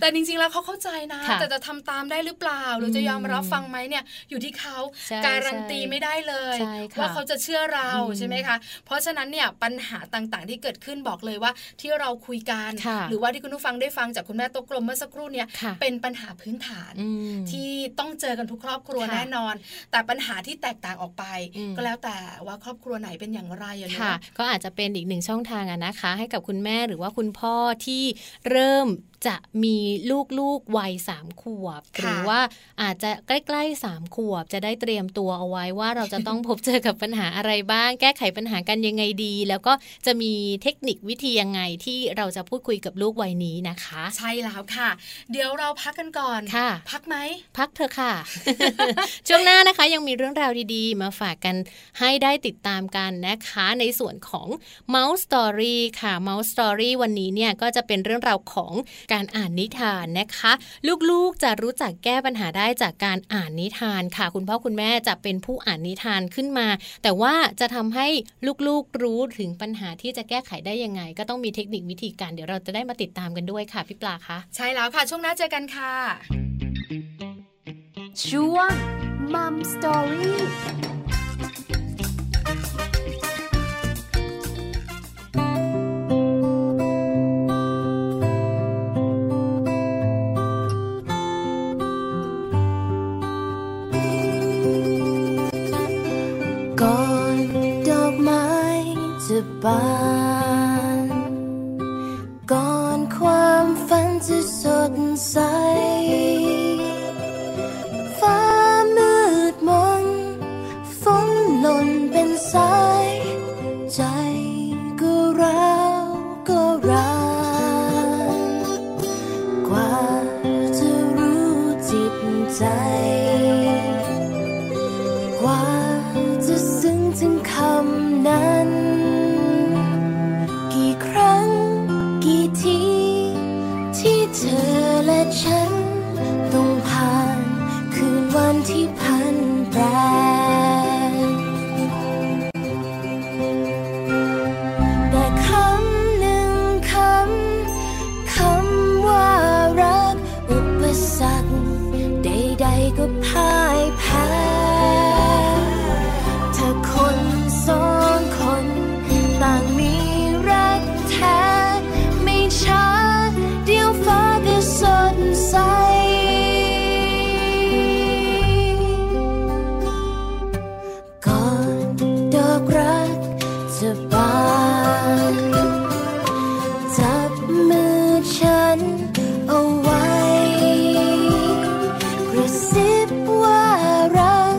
Speaker 8: แต่จริงๆ แล้วเขาเข้าใจนะ
Speaker 2: ค่ะ
Speaker 8: แต่จะทำตามได้หรือเปล่า หรือจะยอมรับฟังไหมเนี่ย อยู่ที่เขา
Speaker 2: ใช่
Speaker 8: การันตีไม่ได้เลย
Speaker 2: ใช่ค่ะ
Speaker 8: ว่าเขาจะเชื่อเรา
Speaker 2: อืม
Speaker 8: ใช่ไหมคะ เพราะฉะนั้นเนี่ยปัญหาต่างๆ ที่เกิดขึ้นบอกเลยว่าที่เราคุยกัน
Speaker 2: ค่ะ
Speaker 8: หรือว่าที่คุณผู้ฟังได้ฟังจากคุณแม่โตะกลมเมื่อสักครู่เนี่ย
Speaker 2: ค่ะ
Speaker 8: เป็นปัญหาพื้นฐาน
Speaker 2: อืม
Speaker 8: ที่ต้องเจอกันทุกครอบครัว
Speaker 2: ค่ะ
Speaker 8: แน่นอน แต่ปัญหาที่แตกต่างออกไป
Speaker 2: อืม
Speaker 8: ก็แล้วแต่ว่าครอบครัวไหนเป็นอย่างไรอะเน
Speaker 2: ค่ะ
Speaker 8: อะ
Speaker 2: ก็อาจจะเป็นอีกหนึ่งช่องทางอะนะคะ ให้กับคุณแม่หรือว่าคุณพ่อที่เริ่มจะมีลูกๆวัยสามขวบ
Speaker 8: ค่ะ
Speaker 2: หรือว่าอาจจะใกล้ๆสามขวบ จะได้เตรียมตัวเอาไว้ว่าเราจะต้อง พบเจอกับปัญหาอะไรบ้าง แก้ไขปัญหากันยังไงดี แล้วก็จะมีเทคนิควิธียังไงที่เราจะพูดคุยกับลูกวัยนี้นะคะ
Speaker 8: ใช่แล้วค่ะ เดี๋ยวเราพักกันก่อน
Speaker 2: ค่ะ
Speaker 8: พักไหม
Speaker 2: พักเถอะ ค่ะ ช่วงหน้านะคะยังมีเรื่องราวดีๆ มาฝากกันให้ได้ติดตามกันนะคะ ในส่วนของ Mouse Story ค่ะ Mouse Story วันนี้เนี่ยก็จะเป็นเรื่องราวของการอ่านนิทานนะคะ ลูกๆจะรู้จักแก้ปัญหาได้จากการอ่านนิทานค่ะ คุณพ่อคุณแม่จะเป็นผู้อ่านนิทานขึ้นมา แต่ว่าจะทำให้ลูกๆรู้ถึงปัญหาที่จะแก้ไขได้ยังไง ก็ต้องมีเทคนิควิธีการเดี๋ยวเราจะได้มาติดตามกันด้วยค่ะพี่ปลาคะ
Speaker 8: ใช่แล้วค่ะ ช่วงหน้าเจอกันค่ะ
Speaker 6: ช่วงมัมสตอรี่ก่อนดอกไม้จะบาน ก่อนความฝันจะสดใส ฟ้ามืดมนฝนหล่นเป็นสาย ใจก็ร้าวก็ร้างกว่าจะรู้จิตใจ กว่าจะซึ้งถึงคำนั้น กี่ครั้งกี่ที ที่เธอและฉัน ต้องผ่านคืนวันที่พันแปร แต่คำหนึ่งคำ คำว่ารัก อุปสรรคใดๆก็พ่ายแพ้ถ้าคนสองคนต่างมีรักแท้ ไม่ช้าเดี๋ยวฟ้าก็สดใส ก่อนดอกรักจะบานจับมือฉันเอาไว้ กระซิบว่ารัก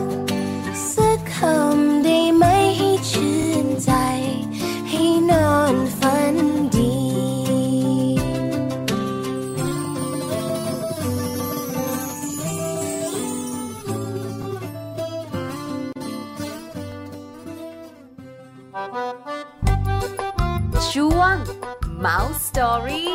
Speaker 6: สักคำได้ไหมให้ชื่นใจ ให้นอนฝันดี ช่วง Mouse Story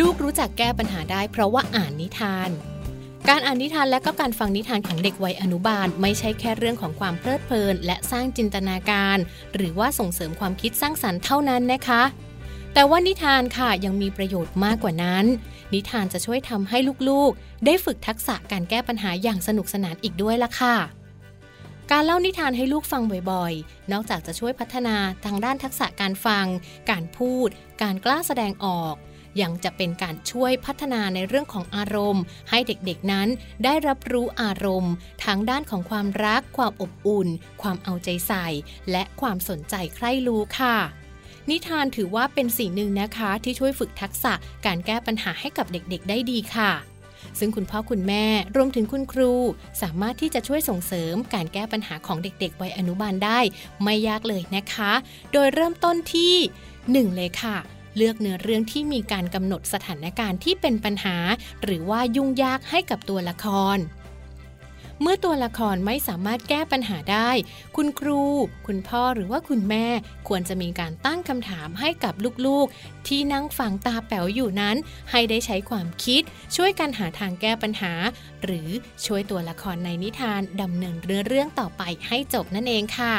Speaker 2: ลูกรู้จักแก้ปัญหาได้เพราะว่าอ่านนิทาน การอ่านนิทานและก็การฟังนิทานของเด็กวัยอนุบาล ไม่ใช่แค่เรื่องของความเพลิดเพลิน และสร้างจินตนาการ หรือว่าส่งเสริมความคิดสร้างสรรค์เท่านั้นนะคะ แต่ว่านิทานค่ะยังมีประโยชน์มากกว่านั้น นิทานจะช่วยทำให้ลูกๆ ได้ฝึกทักษะการแก้ปัญหาอย่างสนุกสนานอีกด้วยล่ะค่ะ การเล่านิทานให้ลูกฟังบ่อยๆ นอกจากจะช่วยพัฒนาทางด้านทักษะการฟัง การพูด การกล้าแสดงออก ยังจะเป็นการช่วยพัฒนาในเรื่องของอารมณ์ ให้เด็กๆนั้นได้รับรู้อารมณ์ทั้งด้านของความรัก ความอบอุ่น ความเอาใจใส่ และความสนใจใคร่รู้ค่ะ นิทานถือว่าเป็นสิ่งหนึ่งนะคะที่ช่วยฝึกทักษะการแก้ปัญหาให้กับเด็กๆ ได้ดีค่ะ ซึ่งคุณพ่อคุณแม่รวมถึงคุณครู สามารถที่จะช่วยส่งเสริมการแก้ปัญหาของเด็กๆวัยอนุบาลได้ ไม่ยากเลยนะคะ โดยเริ่มต้นที่ 1 เลยค่ะ เลือกเนื้อเรื่องที่มีการกำหนดสถานการณ์ที่เป็นปัญหา หรือว่ายุ่งยากให้กับตัวละคร เมื่อตัวละครไม่สามารถแก้ปัญหาได้ คุณครู คุณพ่อหรือว่าคุณแม่ ควรจะมีการตั้งคำถามให้กับลูกๆ ที่นั่งฟังตาแป๋วอยู่นั้น ให้ได้ใช้ความคิด ช่วยกันหาทางแก้ปัญหา หรือช่วยตัวละครในนิทานดำเนินเนื้อเรื่องต่อไปให้จบนั่นเองค่ะ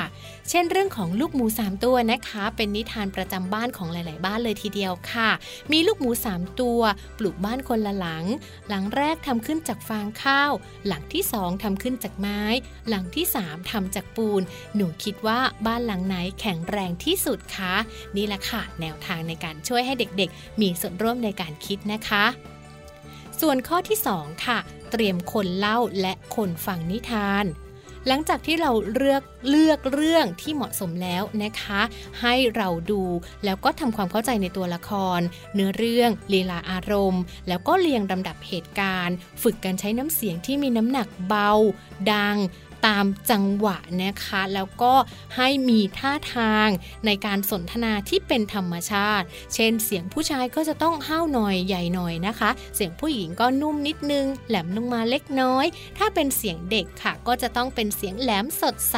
Speaker 2: เช่นเรื่องของลูกหมูสามตัวนะคะ เป็นนิทานประจำบ้านของหลาย ๆ บ้านเลยทีเดียวค่ะ มีลูกหมูสามตัวปลูกบ้านคนละหลัง หลังแรกทำขึ้นจากฟางข้าว หลังที่สองทำขึ้นจากไม้ หลังที่สามทำจากปูน หนูคิดว่าบ้านหลังไหนแข็งแรงที่สุดคะนี่แหละค่ะ แนวทางในการช่วยให้เด็กๆ มีส่วนร่วมในการคิดนะคะ ส่วนข้อที่สองค่ะ เตรียมคนเล่าและคนฟังนิทาน หลังจากที่เราเลือกเลือกเรื่องที่เหมาะสมแล้วนะคะ ให้เราดูแล้วก็ทำความเข้าใจในตัวละคร เนื้อเรื่องลีลาอารมณ์ แล้วก็เรียงลำดับเหตุการณ์ ฝึกการใช้น้ำเสียงที่มีน้ำหนักเบา ดัง ตามจังหวะนะคะ แล้วก็ให้มีท่าทางในการสนทนาที่เป็นธรรมชาติ เช่น เสียงผู้ชายก็จะต้องห้าวหน่อยใหญ่หน่อยนะคะ เสียงผู้หญิงก็นุ่มนิดนึง แหลมลงมาเล็กน้อย ถ้าเป็นเสียงเด็กค่ะ ก็จะต้องเป็นเสียงแหลมสดใส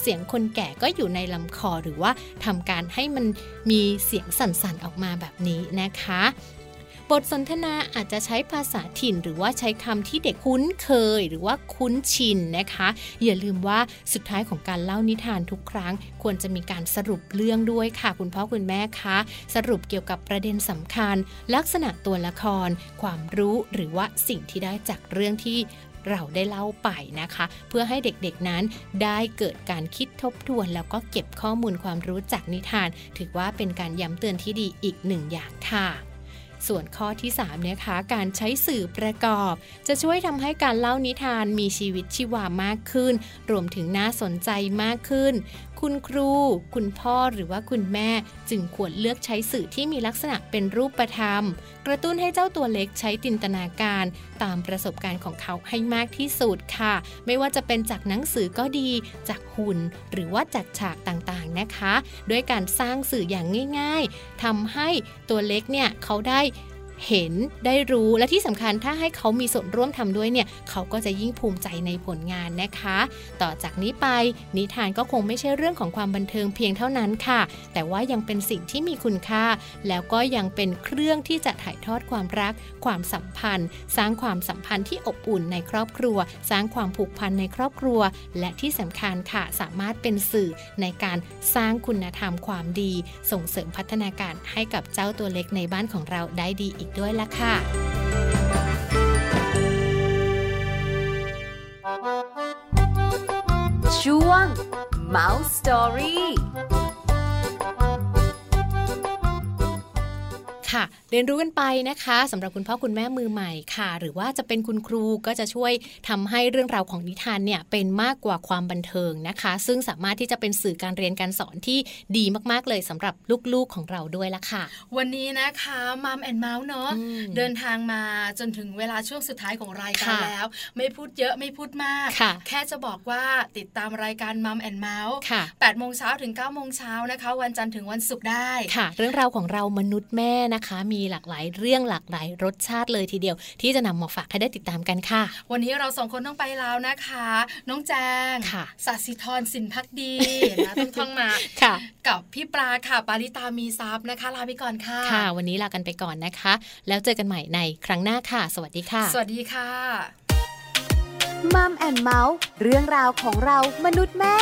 Speaker 2: เสียงคนแก่ก็อยู่ในลำคอหรือว่าทำการให้มันมีเสียงสั่นๆออกมาแบบนี้นะคะ บทสนทนาอาจจะใช้ภาษาถิ่น หรือว่าใช้คำที่เด็กคุ้นเคย หรือว่าคุ้นชินนะคะ อย่าลืมว่าสุดท้ายของการเล่านิทานทุกครั้ง ควรจะมีการสรุปเรื่องด้วยค่ะ คุณพ่อคุณแม่คะสรุปเกี่ยวกับประเด็นสำคัญ ลักษณะตัวละคร ความรู้หรือว่าสิ่งที่ได้จากเรื่องที่เราได้เล่าไปนะคะ เพื่อให้เด็กๆนั้นได้เกิดการคิดทบทวน แล้วก็เก็บข้อมูลความรู้จากนิทาน ถือว่าเป็นการย้ำเตือนที่ดีอีกหนึ่งอย่างค่ะ ส่วนข้อที่3นะคะการใช้สื่อประกอบ จะช่วยทำให้การเล่านิทานมีชีวิตชีวามากขึ้น รวมถึงน่าสนใจมากขึ้น คุณครู คุณพ่อหรือว่าคุณแม่ จึงควรเลือกใช้สื่อที่มีลักษณะเป็นรูปธรรม กระตุ้นให้เจ้าตัวเล็กใช้จินตนาการ ตามประสบการณ์ของเขาให้มากที่สุดค่ะ ไม่ว่าจะเป็นจากหนังสือก็ดี จากหุ่น หรือว่าจากฉากต่างๆนะคะ ด้วยการสร้างสื่ออย่างง่าย ๆ ทำให้ตัวเล็กเนี่ยเขาได้เห็นได้รู้และที่สำคัญถ้าให้เขามีส่วนร่วมทำด้วยเนี่ยเขาก็จะยิ่งภูมิใจในผลงานนะคะ ต่อจากนี้ไปนิทานก็คงไม่ใช่เรื่องของความบันเทิงเพียงเท่านั้นค่ะ แต่ว่ายังเป็นสิ่งที่มีคุณค่า แล้วก็ยังเป็นเครื่องที่จะถ่ายทอดความรัก ความสัมพันธ์ สร้างความสัมพันธ์ที่อบอุ่นในครอบครัว สร้างความผูกพันในครอบครัว และที่สำคัญค่ะสามารถเป็นสื่อในการสร้างคุณธรรมความดี ส่งเสริมพัฒนาการให้กับเจ้าตัวเล็กในบ้านของเราได้ดีอีกด้วยละค่ะ
Speaker 6: ช่วง Mouse Story
Speaker 2: ค่ะเรียนรู้กันไปนะคะสำหรับคุณพ่อคุณแม่มือใหม่ค่ะ หรือว่าจะเป็นคุณครูก็จะช่วยทำให้เรื่องราวของนิทานเนี่ยเป็นมากกว่าความบันเทิงนะคะ ซึ่งสามารถที่จะเป็นสื่อการเรียนการสอนที่ดีมากๆเลยสำหรับลูกๆของเราด้วยละค่ะ
Speaker 8: วันนี้นะคะมัมแอนเมาส์เนาะ
Speaker 2: อืม
Speaker 8: เดินทางมาจนถึงเวลาช่วงสุดท้ายของรายการ
Speaker 2: ค่ะ
Speaker 8: แล้ว ไม่พูดเยอะไม่พูดมาก
Speaker 2: ค่ะ
Speaker 8: แค่จะบอกว่าติดตามรายการมัมแอนเมาส์
Speaker 2: ค่ะ
Speaker 8: 8โมงเช้าถึง9โมงเช้านะคะ วันจันทร์ถึงวันศุกร์ได้
Speaker 2: ค่ะ เรื่องราวของเรามนุษย์แม่นะคะ มีหลากหลายเรื่องหลากหลายรสชาติเลยทีเดียว ที่จะนำมาฝากให้ได้ติดตามกันค่ะ
Speaker 8: วันนี้เราสองคนต้องไปแล้วนะคะ น้องแจง
Speaker 2: ค่ะ
Speaker 8: สัสิธรสินพักดีนะต้องท่องมา
Speaker 2: ค่ะ
Speaker 8: กับพี่ปลาค่ะ ปาริตามีซับนะคะ ลาไปก่อนค่ะ
Speaker 2: ค่ะ วันนี้ลากันไปก่อนนะคะ แล้วเจอกันใหม่ในครั้งหน้าค่ะ สวัสดีค่ะ
Speaker 8: สวัสดีค่ะ
Speaker 6: มัมแอนเมาส์เรื่องราวของเรามนุษย์แม่